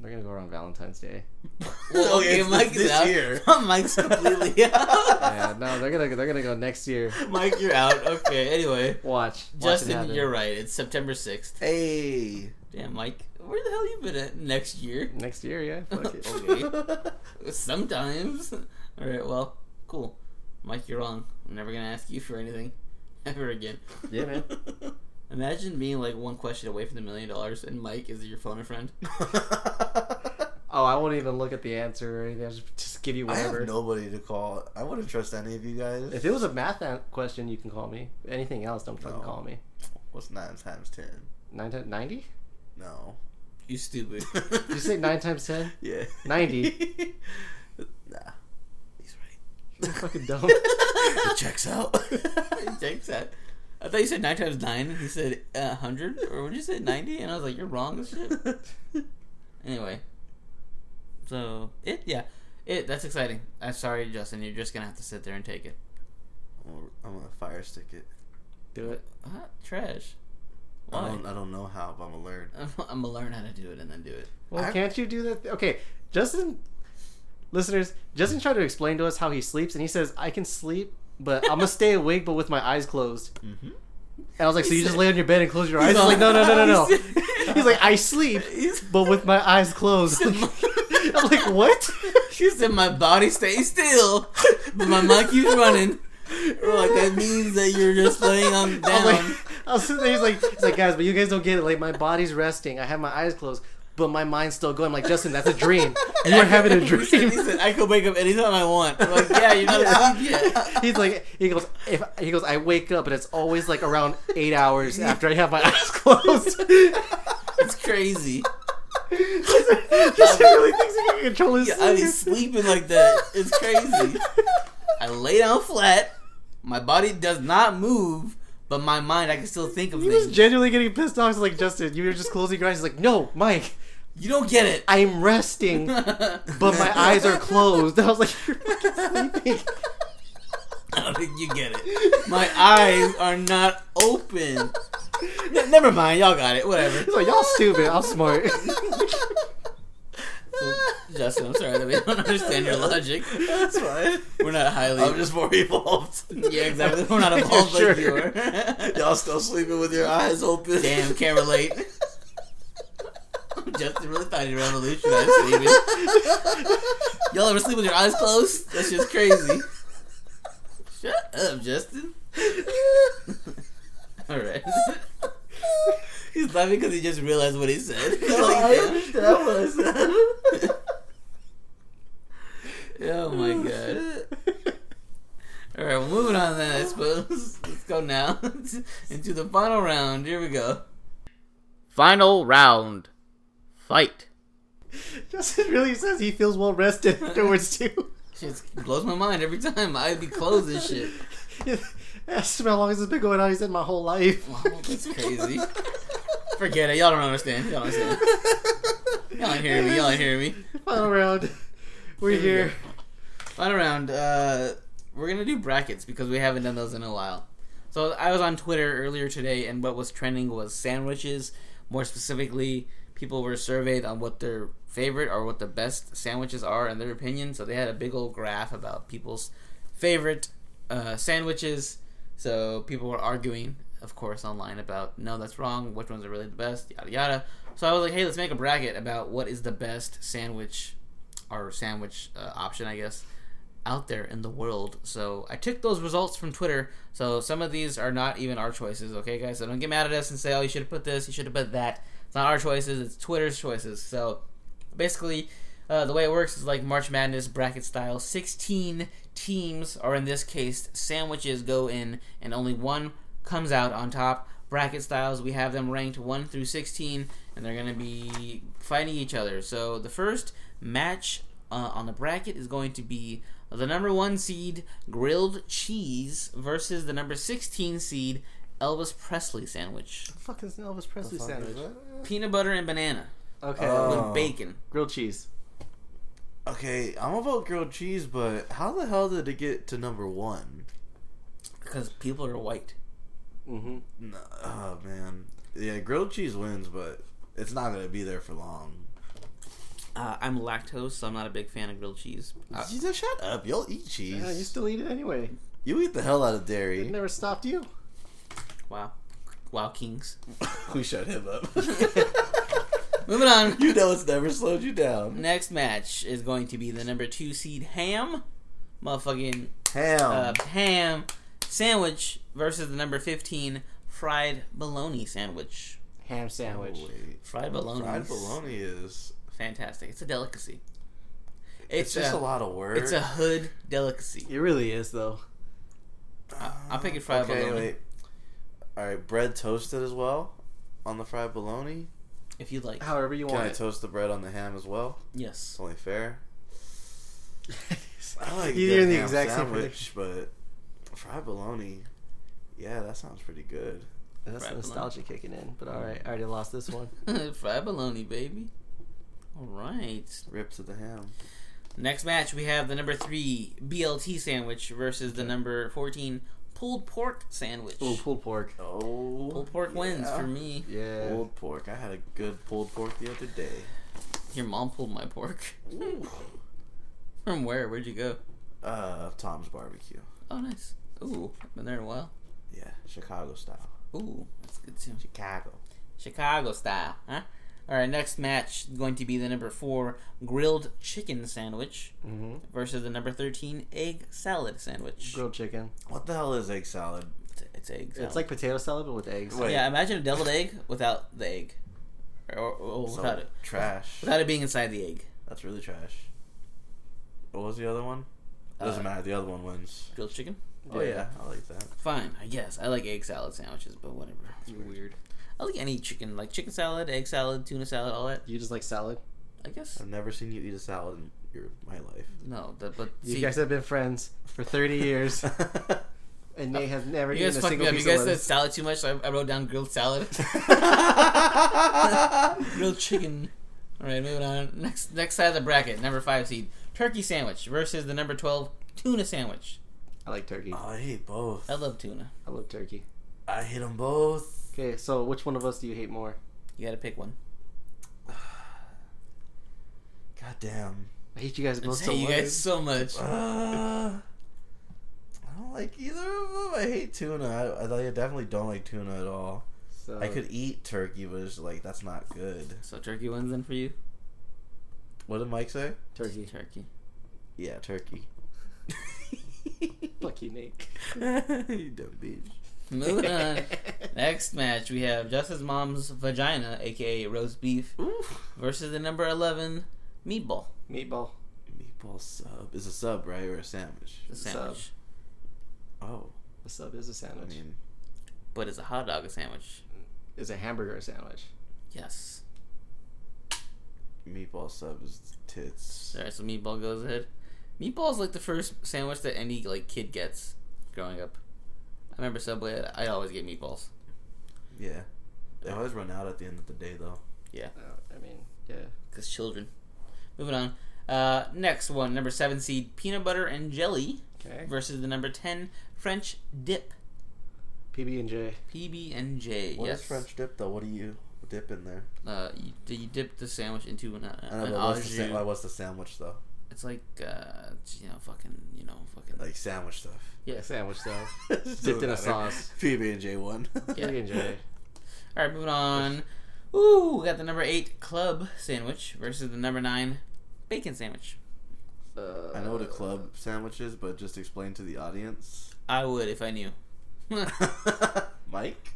they're gonna go around Valentine's Day. Well, okay, Okay, it's- Mike it's is this out. Oh, year. Mike's completely out. yeah, no, they're gonna they're gonna go next year. Mike, you're out. Okay, anyway. Watch, Watch it Justin, happen. you're right. It's September 6th. Hey. Damn, Mike. Where the hell you been at next year? next year. Yeah, fuck it. Okay. Sometimes. Alright, well, cool. Mike, you're wrong. I'm never gonna ask you for anything. Ever again. yeah, man. Imagine being like one question away from the million dollars and Mike is your phone a friend. Oh, I won't even look at the answer or anything. I'll just, just give you I whatever. have nobody to call. I wouldn't trust any of you guys. If it was a math an- question, you can call me. Anything else, don't fucking No. call me. What's nine times ten? Nine times ninety? No. You stupid. Did you say nine times ten? Yeah. 90. nah. He's You're fucking dumb. right. It checks out. He takes that. I thought you said nine times nine. and He said uh, hundred, or what did you say ninety? And I was like, you're wrong as shit. Anyway, so it, yeah, it. That's exciting. I'm sorry, Justin. You're just gonna have to sit there and take it. I'm gonna fire stick it. Do it. Ah, trash. I Why? don't, I don't know how, but I'm gonna learn. I'm, I'm gonna learn how to do it and then do it. Well, I- can't you do that? Okay, Justin, listeners, Justin tried to explain to us how he sleeps, and he says, "I can sleep, but I'm gonna stay awake, but with my eyes closed." Mm-hmm. Mhm. And I was like, He "So you just said- lay on your bed and close your eyes?" He's all- like, "No, no, no, no, He no." said- He's like, "I sleep, He's- but with my eyes closed." I'm like, "What?" She said my body stays still, but my mind keeps running. We're like that means that you're just laying on I'm down. like, I was sitting there. He's like, he's like, guys, but you guys don't get it. Like, my body's resting. I have my eyes closed, but my mind's still going. I'm like, Justin, that's a dream. You are having a He said- dream. He said, I could wake up anytime I want. I'm like, yeah, you're not asleep yet. He's like, he goes, if he goes, I wake up and it's always like around eight hours after I have my eyes closed. It's crazy. Justin really thinks he can control his Yeah, I be sleep. sleeping like that. It's crazy. I lay down flat. My body does not move, but my mind, I can still think of He was things. genuinely getting pissed off. He's like, Justin, you were just closing your eyes. He's like, no, Mike, you don't get it. I'm resting, but my eyes are closed. I was like, you're fucking sleeping. I don't think you get it. My eyes are not open. N- never mind. Y'all got it. Whatever. He's like, y'all stupid. I'm smart. Justin, I'm sorry that we don't understand your logic. That's fine. We're not highly. I'm just more evolved. yeah, exactly. We're not evolved like you Sure. are. Y'all still sleeping with your eyes open? Damn, can't relate. Justin really thought he revolutionized sleeping. Y'all ever sleep with your eyes closed? That's just crazy. Shut up, Justin. All right. He's laughing because he just realized what he said. He's like, "Damn." understand what I said. Oh my god. All right, well, moving on then, I suppose. Let's go now into the final round. Here we go. Final round. Fight. Justin really says he feels well rested afterwards too. Shit blows my mind every time. I'd be close as shit. Asked him how long this has been going on. He said my whole life. Wow, that's crazy. Forget it. Y'all don't understand. Y'all don't understand. Y'all ain't hear me. Y'all ain't hear me. Final round. We're Here we here. Final round. Uh, we're gonna do brackets because we haven't done those in a while. So I was on Twitter earlier today, and what was trending was sandwiches. More specifically, people were surveyed on what their favorite or what the best sandwiches are in their opinion. So they had a big old graph about people's favorite uh, sandwiches. So people were arguing, of course, online about no, that's wrong. Which ones are really the best? Yada yada. So I was like, hey, let's make a bracket about what is the best sandwich or sandwich uh, option, I guess, out there in the world. So I took those results from Twitter. So some of these are not even our choices, okay, guys? So don't get mad at us and say, oh, you should have put this, you should have put that. It's not our choices, it's Twitter's choices. So basically, uh, the way it works is like March Madness bracket style. 16 teams, or in this case, sandwiches go in, and only one comes out on top. Bracket styles, we have them ranked 1 through 16, and they're going to be fighting each other. So the first match uh, on the bracket is going to be the number one seed grilled cheese versus the number 16 seed Elvis Presley sandwich. Fuck is an Elvis Presley sandwich? Peanut butter and banana Okay. Uh, Oh. with bacon. Grilled cheese. Okay, I'm about grilled cheese, but how the hell did it get to number one? Because people are white. Mm-hmm. No, oh man, yeah, grilled cheese wins, but it's not gonna be there for long. Uh, I'm lactose, so I'm not a big fan of grilled cheese. Uh, Jesus, shut up! You'll eat cheese. Yeah, you still eat it anyway. you eat the hell out of It dairy. never stopped you. wow. Wow, Kings. we shut him up. Moving on. you know it's never slowed you down. Next match is going to be the number two seed Ham, motherfucking Ham. uh, ham sandwich versus the number 15 fried bologna sandwich. Ham sandwich. Oh, wait. Fried bologna. Fried is bologna is. Fantastic. It's a delicacy. It's, just a, lot of words. uh, It's a hood delicacy. It really is though. I'm picking fried okay, bologna. wait. All right, bread toasted as well on the fried bologna. If you like. However you Can want I it. toast the bread on the ham as well? It's Yes. only fair. I like You're a good in the ham exact same sandwich, but fried bologna. Yeah, that sounds pretty good. That's Right, nostalgia kicking in. But all right, I already lost this one. fried bologna, baby. All right. Rip to the ham. Next match, we have the number three BLT sandwich versus the number 14 pulled pork sandwich. Ooh, pulled pork. Oh, pulled pork wins yeah. for me. Yeah. Pulled pork. I had a good pulled pork the other day. Your mom pulled my pork. From where? Where'd you go? Uh, Tom's barbecue. Oh, nice. Ooh, been there in a while. Yeah, Chicago style. Ooh, that's good too. Chicago. Chicago style, huh? All right, next match is going to be the number four grilled chicken sandwich Mm-hmm. versus the number thirteen egg salad sandwich. Grilled chicken. What the hell is egg salad? It's, it's egg. salad. It's like potato salad but with eggs. Wait. yeah. Imagine a deviled egg without the egg, or, or, or So without it, trash. without it being inside the egg. That's really trash. What was the other one? Doesn't Uh, matter. The other one wins. Grilled chicken. Oh yeah. yeah, I like that. Fine, I guess I like egg salad sandwiches, but whatever. Weird. I like any chicken, like chicken salad, egg salad, tuna salad, all that. You just like salad. I guess I've never seen you eat a salad in your my life. no, the, but You see, guys have been friends for 30 years, and Nate has never you guys eaten a fucked single me up. You piece guys of said lettuce. salad too much, so I, I wrote down grilled salad. grilled chicken. All right, moving on. Next, next side of the bracket, number five seed, turkey sandwich versus the number twelve tuna sandwich. I like turkey. Oh, I hate both. I love tuna. I love turkey. I hate them both. Okay, so which one of us do you hate more? You got to pick one. God damn. I hate you guys I both so hate you much. guys so much. Uh, I don't like either of them. I hate tuna. I, I definitely don't like tuna at all. So I could eat turkey, but it's like that's not good. So turkey wins then for you. What did Mike say? turkey. Turkey. Yeah, turkey. Fuck you, Nick. you dumb bitch. Moving on. Next match, we have Justice Mom's vagina, aka roast beef, versus the number eleven meatball. Meatball. Meatball sub is a sub, right, or a sandwich? The Sub. sandwich, Oh, A sub is a sandwich. I mean, but it's a hot dog a sandwich. is a hamburger a sandwich? Yes. meatball sub is tits. All right, so meatball goes ahead. Meatball's like the first sandwich that any like kid gets growing up. I remember Subway. I always get meatballs. Yeah, they always run out at the end of the day, though. Uh, I mean, yeah. because children. Moving on. Uh, next one, number seven seed peanut butter and jelly Okay. versus the number ten French dip PB and J. PB and J. What is Yes, French dip though? What do you dip in there? Uh, you, do you dip the sandwich into an, uh, I know, an but what's the, au sa- jus. like, what's the sandwich though? It's like uh, it's, you know, fucking, you know, fucking. Like sandwich stuff. yeah. Sandwich though. Dipped in a sauce. PB and J one. Yeah. PB and J. All right, moving on. Ooh, we got the number eight club sandwich versus the number nine bacon sandwich. Uh, I know what a club sandwich is, but just explain to the audience. I would if I knew. Mike.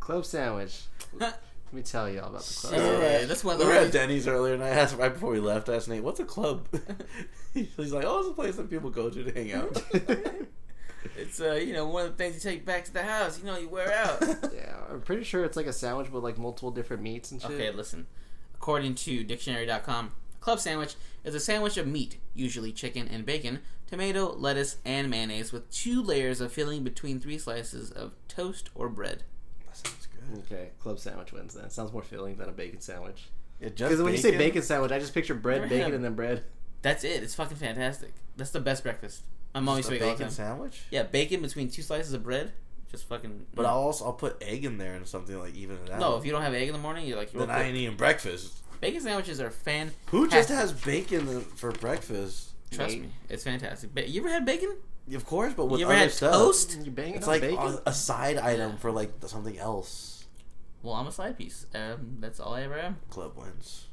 club sandwich. Let me tell you all about the club. Shit. sandwich. Yeah, that's one of the we were at worst. Denny's earlier, and I asked right before we left. I asked Nate, "What's a club?" He's like, "Oh, it's a place that people go to to hang out." It's uh, you know, one of the things you take back to the house. You know, you wear out. Yeah, I'm pretty sure it's like a sandwich with like multiple different meats and shit. Okay, listen. According to dictionary.com, a club sandwich is a sandwich of meat, usually chicken and bacon, tomato, lettuce, and mayonnaise, with two layers of filling between three slices of toast or bread. that sounds good. Okay, club sandwich wins then. Sounds more filling than a bacon sandwich. Yeah, just Because when you say bacon sandwich, I just picture bread, Never had bacon, a- and then bread. That's it. It's fucking fantastic. That's the best breakfast. My mom used to a make it all the bacon time. sandwich. Yeah, bacon between two slices of bread. Just fucking. But I'll also I'll put egg in there and something like even it out. no, if you don't have egg in the morning, you're like, you're then I ain't eating breakfast. bacon sandwiches are fan. Who just has bacon for breakfast? Trust me, it's fantastic. Ba- you ever had bacon? Of course, but with you ever other had stuff, toast? You bang it it's on like bacon. a, a side item for like something else. Well, I'm a side piece. Um, that's all I ever am. Club wins.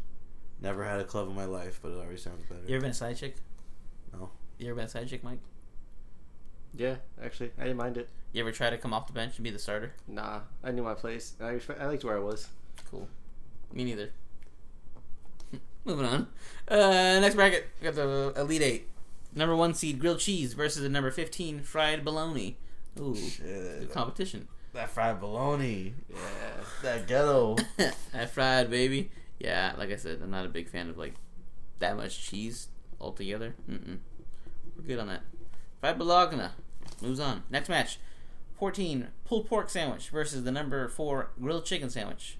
Never had a club in my life, but it already sounds better. You ever been a side chick? No. You ever been a side chick, Mike? Yeah, actually, I didn't mind it. You ever try to come off the bench and be the starter? Nah, I knew my place. I, I liked where I was. Cool. Me neither. Moving on. Uh, next bracket, we got the Elite Eight. Number one seed grilled cheese versus the number fifteen fried bologna. Ooh, good Shit, competition. that fried bologna, Yeah. that ghetto. that fried baby. Yeah, like I said, I'm not a big fan of like that much cheese altogether. Mm-mm. We're good on that. Fried bologna moves on. Next match, 14 pulled pork sandwich versus the number four grilled chicken sandwich.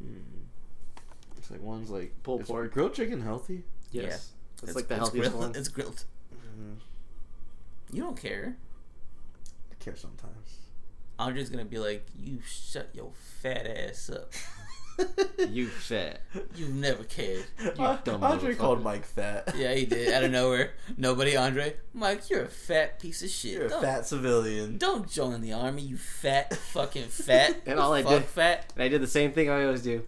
Mm. it's like one's like Pulled is pork. grilled chicken healthy. Yes. It's, like the healthiest grilled. one. It's grilled. Mm-hmm. You don't care. I care sometimes. Andre's gonna be like, "You shut your fat ass up. You fat. You've never cared." Uh, dumb Andre motherfucker. called Mike fat. Yeah, he did out of nowhere. Nobody, Andre. Mike, you're a fat piece of shit. You're a Don't- fat civilian. Don't join the army, you fat fucking fat. And all I fuck did- fat. And I did the same thing I always do.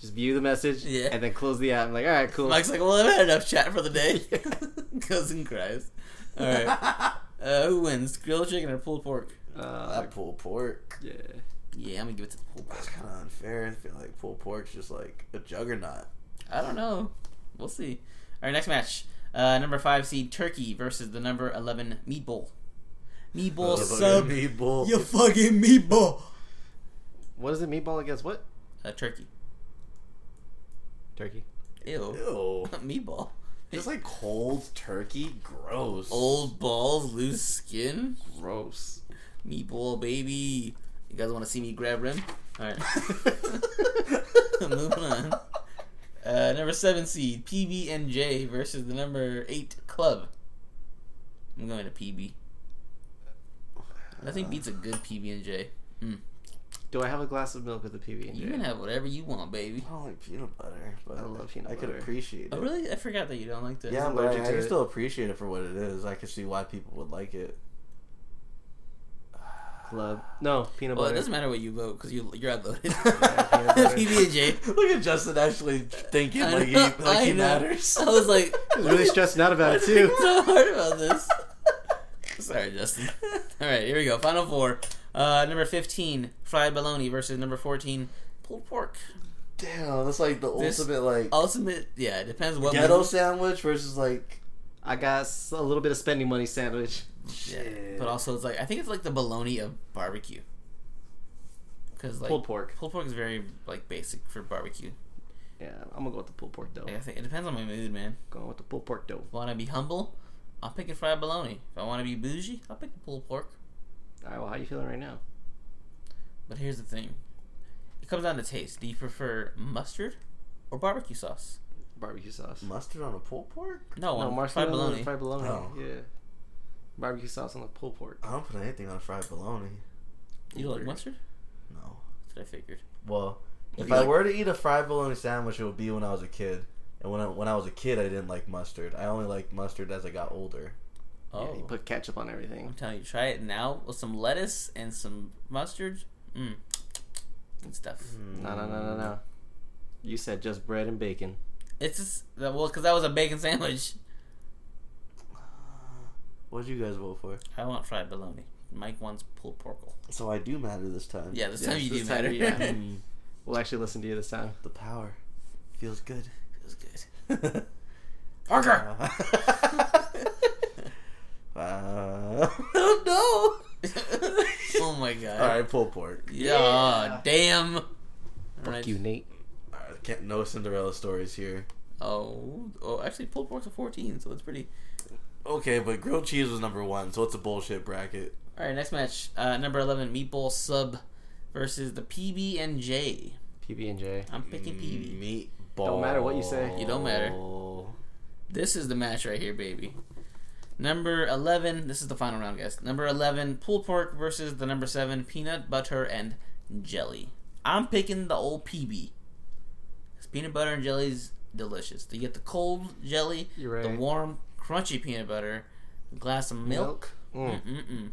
Just view the message Yeah. and then close the app. I'm like, all right, cool. Mike's like, well, I've had enough chat for the day. Cousin cries. All right, uh, who wins? Grilled chicken or pulled pork? uh, that pulled pork. yeah. Yeah, I'm gonna give it to the pulled That's pork. kind of unfair. I feel like pulled pork's just like a juggernaut. I don't know. We'll see. All right, next match. Uh, number five seed Turkey versus the number eleven Meatball. Oh, Meatball sub. meatball. You fucking meatball. What is it? Meatball against what? Uh, turkey. Turkey. Ew. Ew. meatball. Just like cold turkey, gross. Oh. Old balls, loose skin. Gross. Meatball baby. You guys want to see me grab rim? Alright. Moving on. Uh, number seven seed PB and J versus the number eight club. I'm going to PB. Nothing beats a good PB and J. Do I have a glass of milk with the PB and You can J? have whatever you want, baby. I don't like peanut butter, but I love peanut I could butter. appreciate it. Oh, really? I forgot that you don't like this. Yeah, I'm but I, allergic I to can it. still appreciate it for what it is. I can see why people would like it. Love. No, peanut Well, it butter. doesn't matter what you vote because you you're outvoted. peanut butter. PB and J. Look at Justin actually thinking I like he know, like I he know. matters. I was like, He's really stressing out about it too. I'm so hard about this. Sorry, Justin. All right, here we go. Final four. Uh, number fifteen, fried bologna versus number fourteen, pulled pork. Damn, that's like the This- ultimate like Ultimate, yeah, it depends what ghetto sandwich versus like I got s- a little bit of spending money sandwich. shit. But also, it's like I think it's like the bologna of barbecue. Because like Pulled pork. pulled pork is very like basic for barbecue. Yeah, I'm gonna go with the pulled pork though. Like, I think it depends on my mood, man. Going with the pulled pork though. If I want to be humble, I'll pick a fried bologna. If I want to be bougie, I'll pick the pulled pork. All right, well, how you feeling right now? But here's the thing. It comes down to taste. Do you prefer mustard or barbecue sauce? Barbecue sauce. mustard on a pulled pork. No, no, on marshmallow fried bologna. fried bologna. Oh. Yeah, barbecue sauce on the pulled pork. I don't put anything on fried bologna. You like Weird. mustard? No. That's what I figured. Well, if You I like- were to eat a fried bologna sandwich, it would be when I was a kid. And when I, when I was a kid, I didn't like mustard. I only liked mustard as I got older. Oh, Yeah, you put ketchup on I'm everything. telling you, try it now with some lettuce and some mustard. Mmm, good stuff. Mm-hmm. No, no, no, no, no. You said just bread and bacon. It's just that well, because that was a bacon sandwich. What did you guys vote for? I want fried bologna. Mike wants pulled pork. So I do matter this time. Yeah, this Yes, time you this do time matter. you- yeah. We'll actually listen to you this time. The power feels good. Feels good. Parker. Oh no! oh my god! Uh, All right, pulled pork. Yeah, damn. Alright. Fuck you, Nate. All right, can't no Cinderella stories here. Oh, oh, actually, pulled pork's a 14, so it's pretty. Okay, but grilled cheese was number one, so it's a bullshit bracket. All right, next match, uh, number 11, meatball sub versus the PB and J. PB and J. I'm picking PB. Mm, Meatball. Don't matter what you say. You don't matter. This is the match right here, baby. Number 11, this is the final round, guys. Number 11, pulled pork versus the number 7, peanut butter and jelly. I'm picking the old PB. 'Cause peanut butter and jelly's delicious. You get the cold jelly, You're the right. warm, crunchy peanut butter, a glass of milk, Mm. Mm-mm-mm.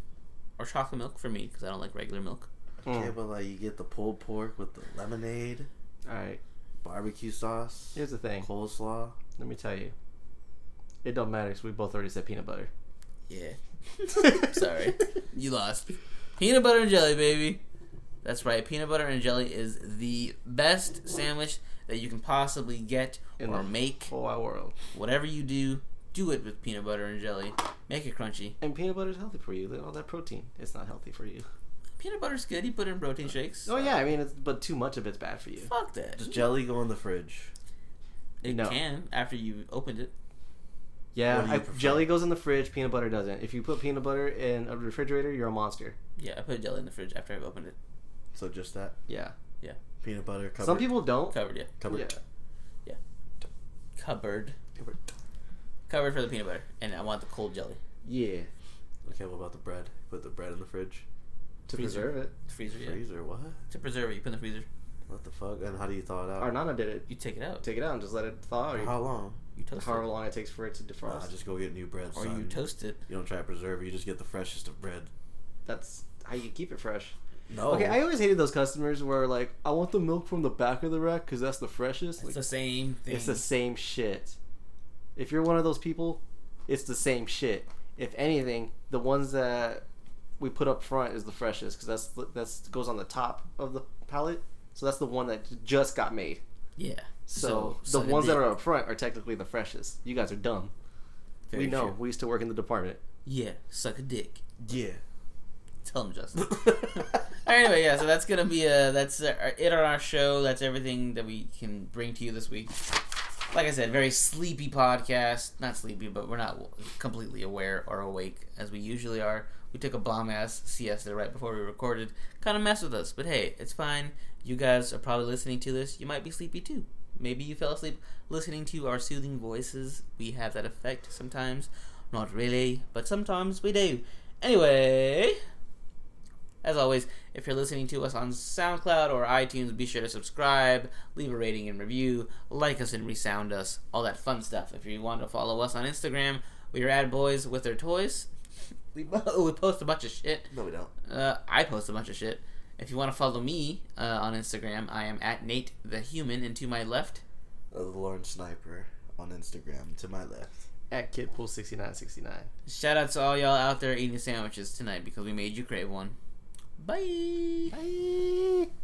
or chocolate milk for me, because I don't like regular milk. Okay, Mm. but like you get the pulled pork with the lemonade, All right. barbecue sauce, Here's the thing. coleslaw. Let me tell you. It don't matter 'cause we both already said peanut butter. Yeah. Sorry. You lost. Peanut butter and jelly, baby. That's right. Peanut butter and jelly is the best sandwich that you can possibly get In or the make. Whole wide world. Whatever you do, do it with peanut butter and jelly. Make it crunchy. And peanut butter's healthy for you. Look at all that protein. It's not healthy for you. Peanut butter's good. You put it in protein shakes. Oh yeah, I mean, it's, but too much of it's bad for you. Fuck that. Does jelly go in the fridge? It No. can after you opened it. Yeah, What do you I, prefer? jelly goes in the fridge. Peanut butter doesn't. If you put peanut butter in a refrigerator, you're a monster. Yeah, I put jelly in the fridge after I've opened it. So just that Yeah. peanut butter. Covered, Some people don't. Covered, yeah. covered. Yeah. Cupboard. Covered for the peanut butter. And I want the cold jelly. Yeah. Okay, what about the bread? Put the bread in the fridge, To Freezer. preserve it. Freezer, yeah. freezer. What? To preserve it, you put it in the freezer. What the fuck? And how do you thaw it out? Our nana did it. You take it out. Take it out and just let it thaw. Or How long? You toast however it. long it takes for it to defrost. Nah, just go get new bread. Or son. you toast it. You don't try to preserve. it, You just get the freshest of bread. That's how you keep it fresh. No. Okay, I always hated those customers where like, I want the milk from the back of the rack because that's the freshest. It's Like, the same thing. it's the same shit. If you're one of those people, it's the same shit. If anything, the ones that we put up front is the freshest because that's the- that's goes on the top of the pallet. So that's the one that just got made. yeah. So, the suck a ones that dick. are up front are technically the freshest. You guys are dumb. Very we know. true. We used to work in the department. Yeah, suck a dick. yeah. Tell them, Justin. All right, anyway, yeah. So that's gonna be uh that's uh, it on our show. That's everything that we can bring to you this week. Like I said, very sleepy podcast. Not sleepy, but we're not completely aware or awake as we usually are. We took a bomb ass siesta right before we recorded. Kind of messed with us, but hey, it's fine. You guys are probably listening to this. You might be sleepy too. Maybe you fell asleep listening to our soothing voices. We have that effect sometimes. Not really, but sometimes we do. Anyway, as always, if you're listening to us on SoundCloud or iTunes, be sure to subscribe, leave a rating and review, like us and resound us, all that fun stuff. If you want to follow us on Instagram, we are at Boys with Their Toys. We, bo- we post a bunch of shit. No, we don't. Uh, I post a bunch of shit. If you want to follow me uh, on Instagram, I am at Nate the Human, and to my left, Uh, Lauren Sniper on Instagram to my left. At Kitpool6969. shout out to all y'all out there eating sandwiches tonight because we made you crave one. Bye. Bye.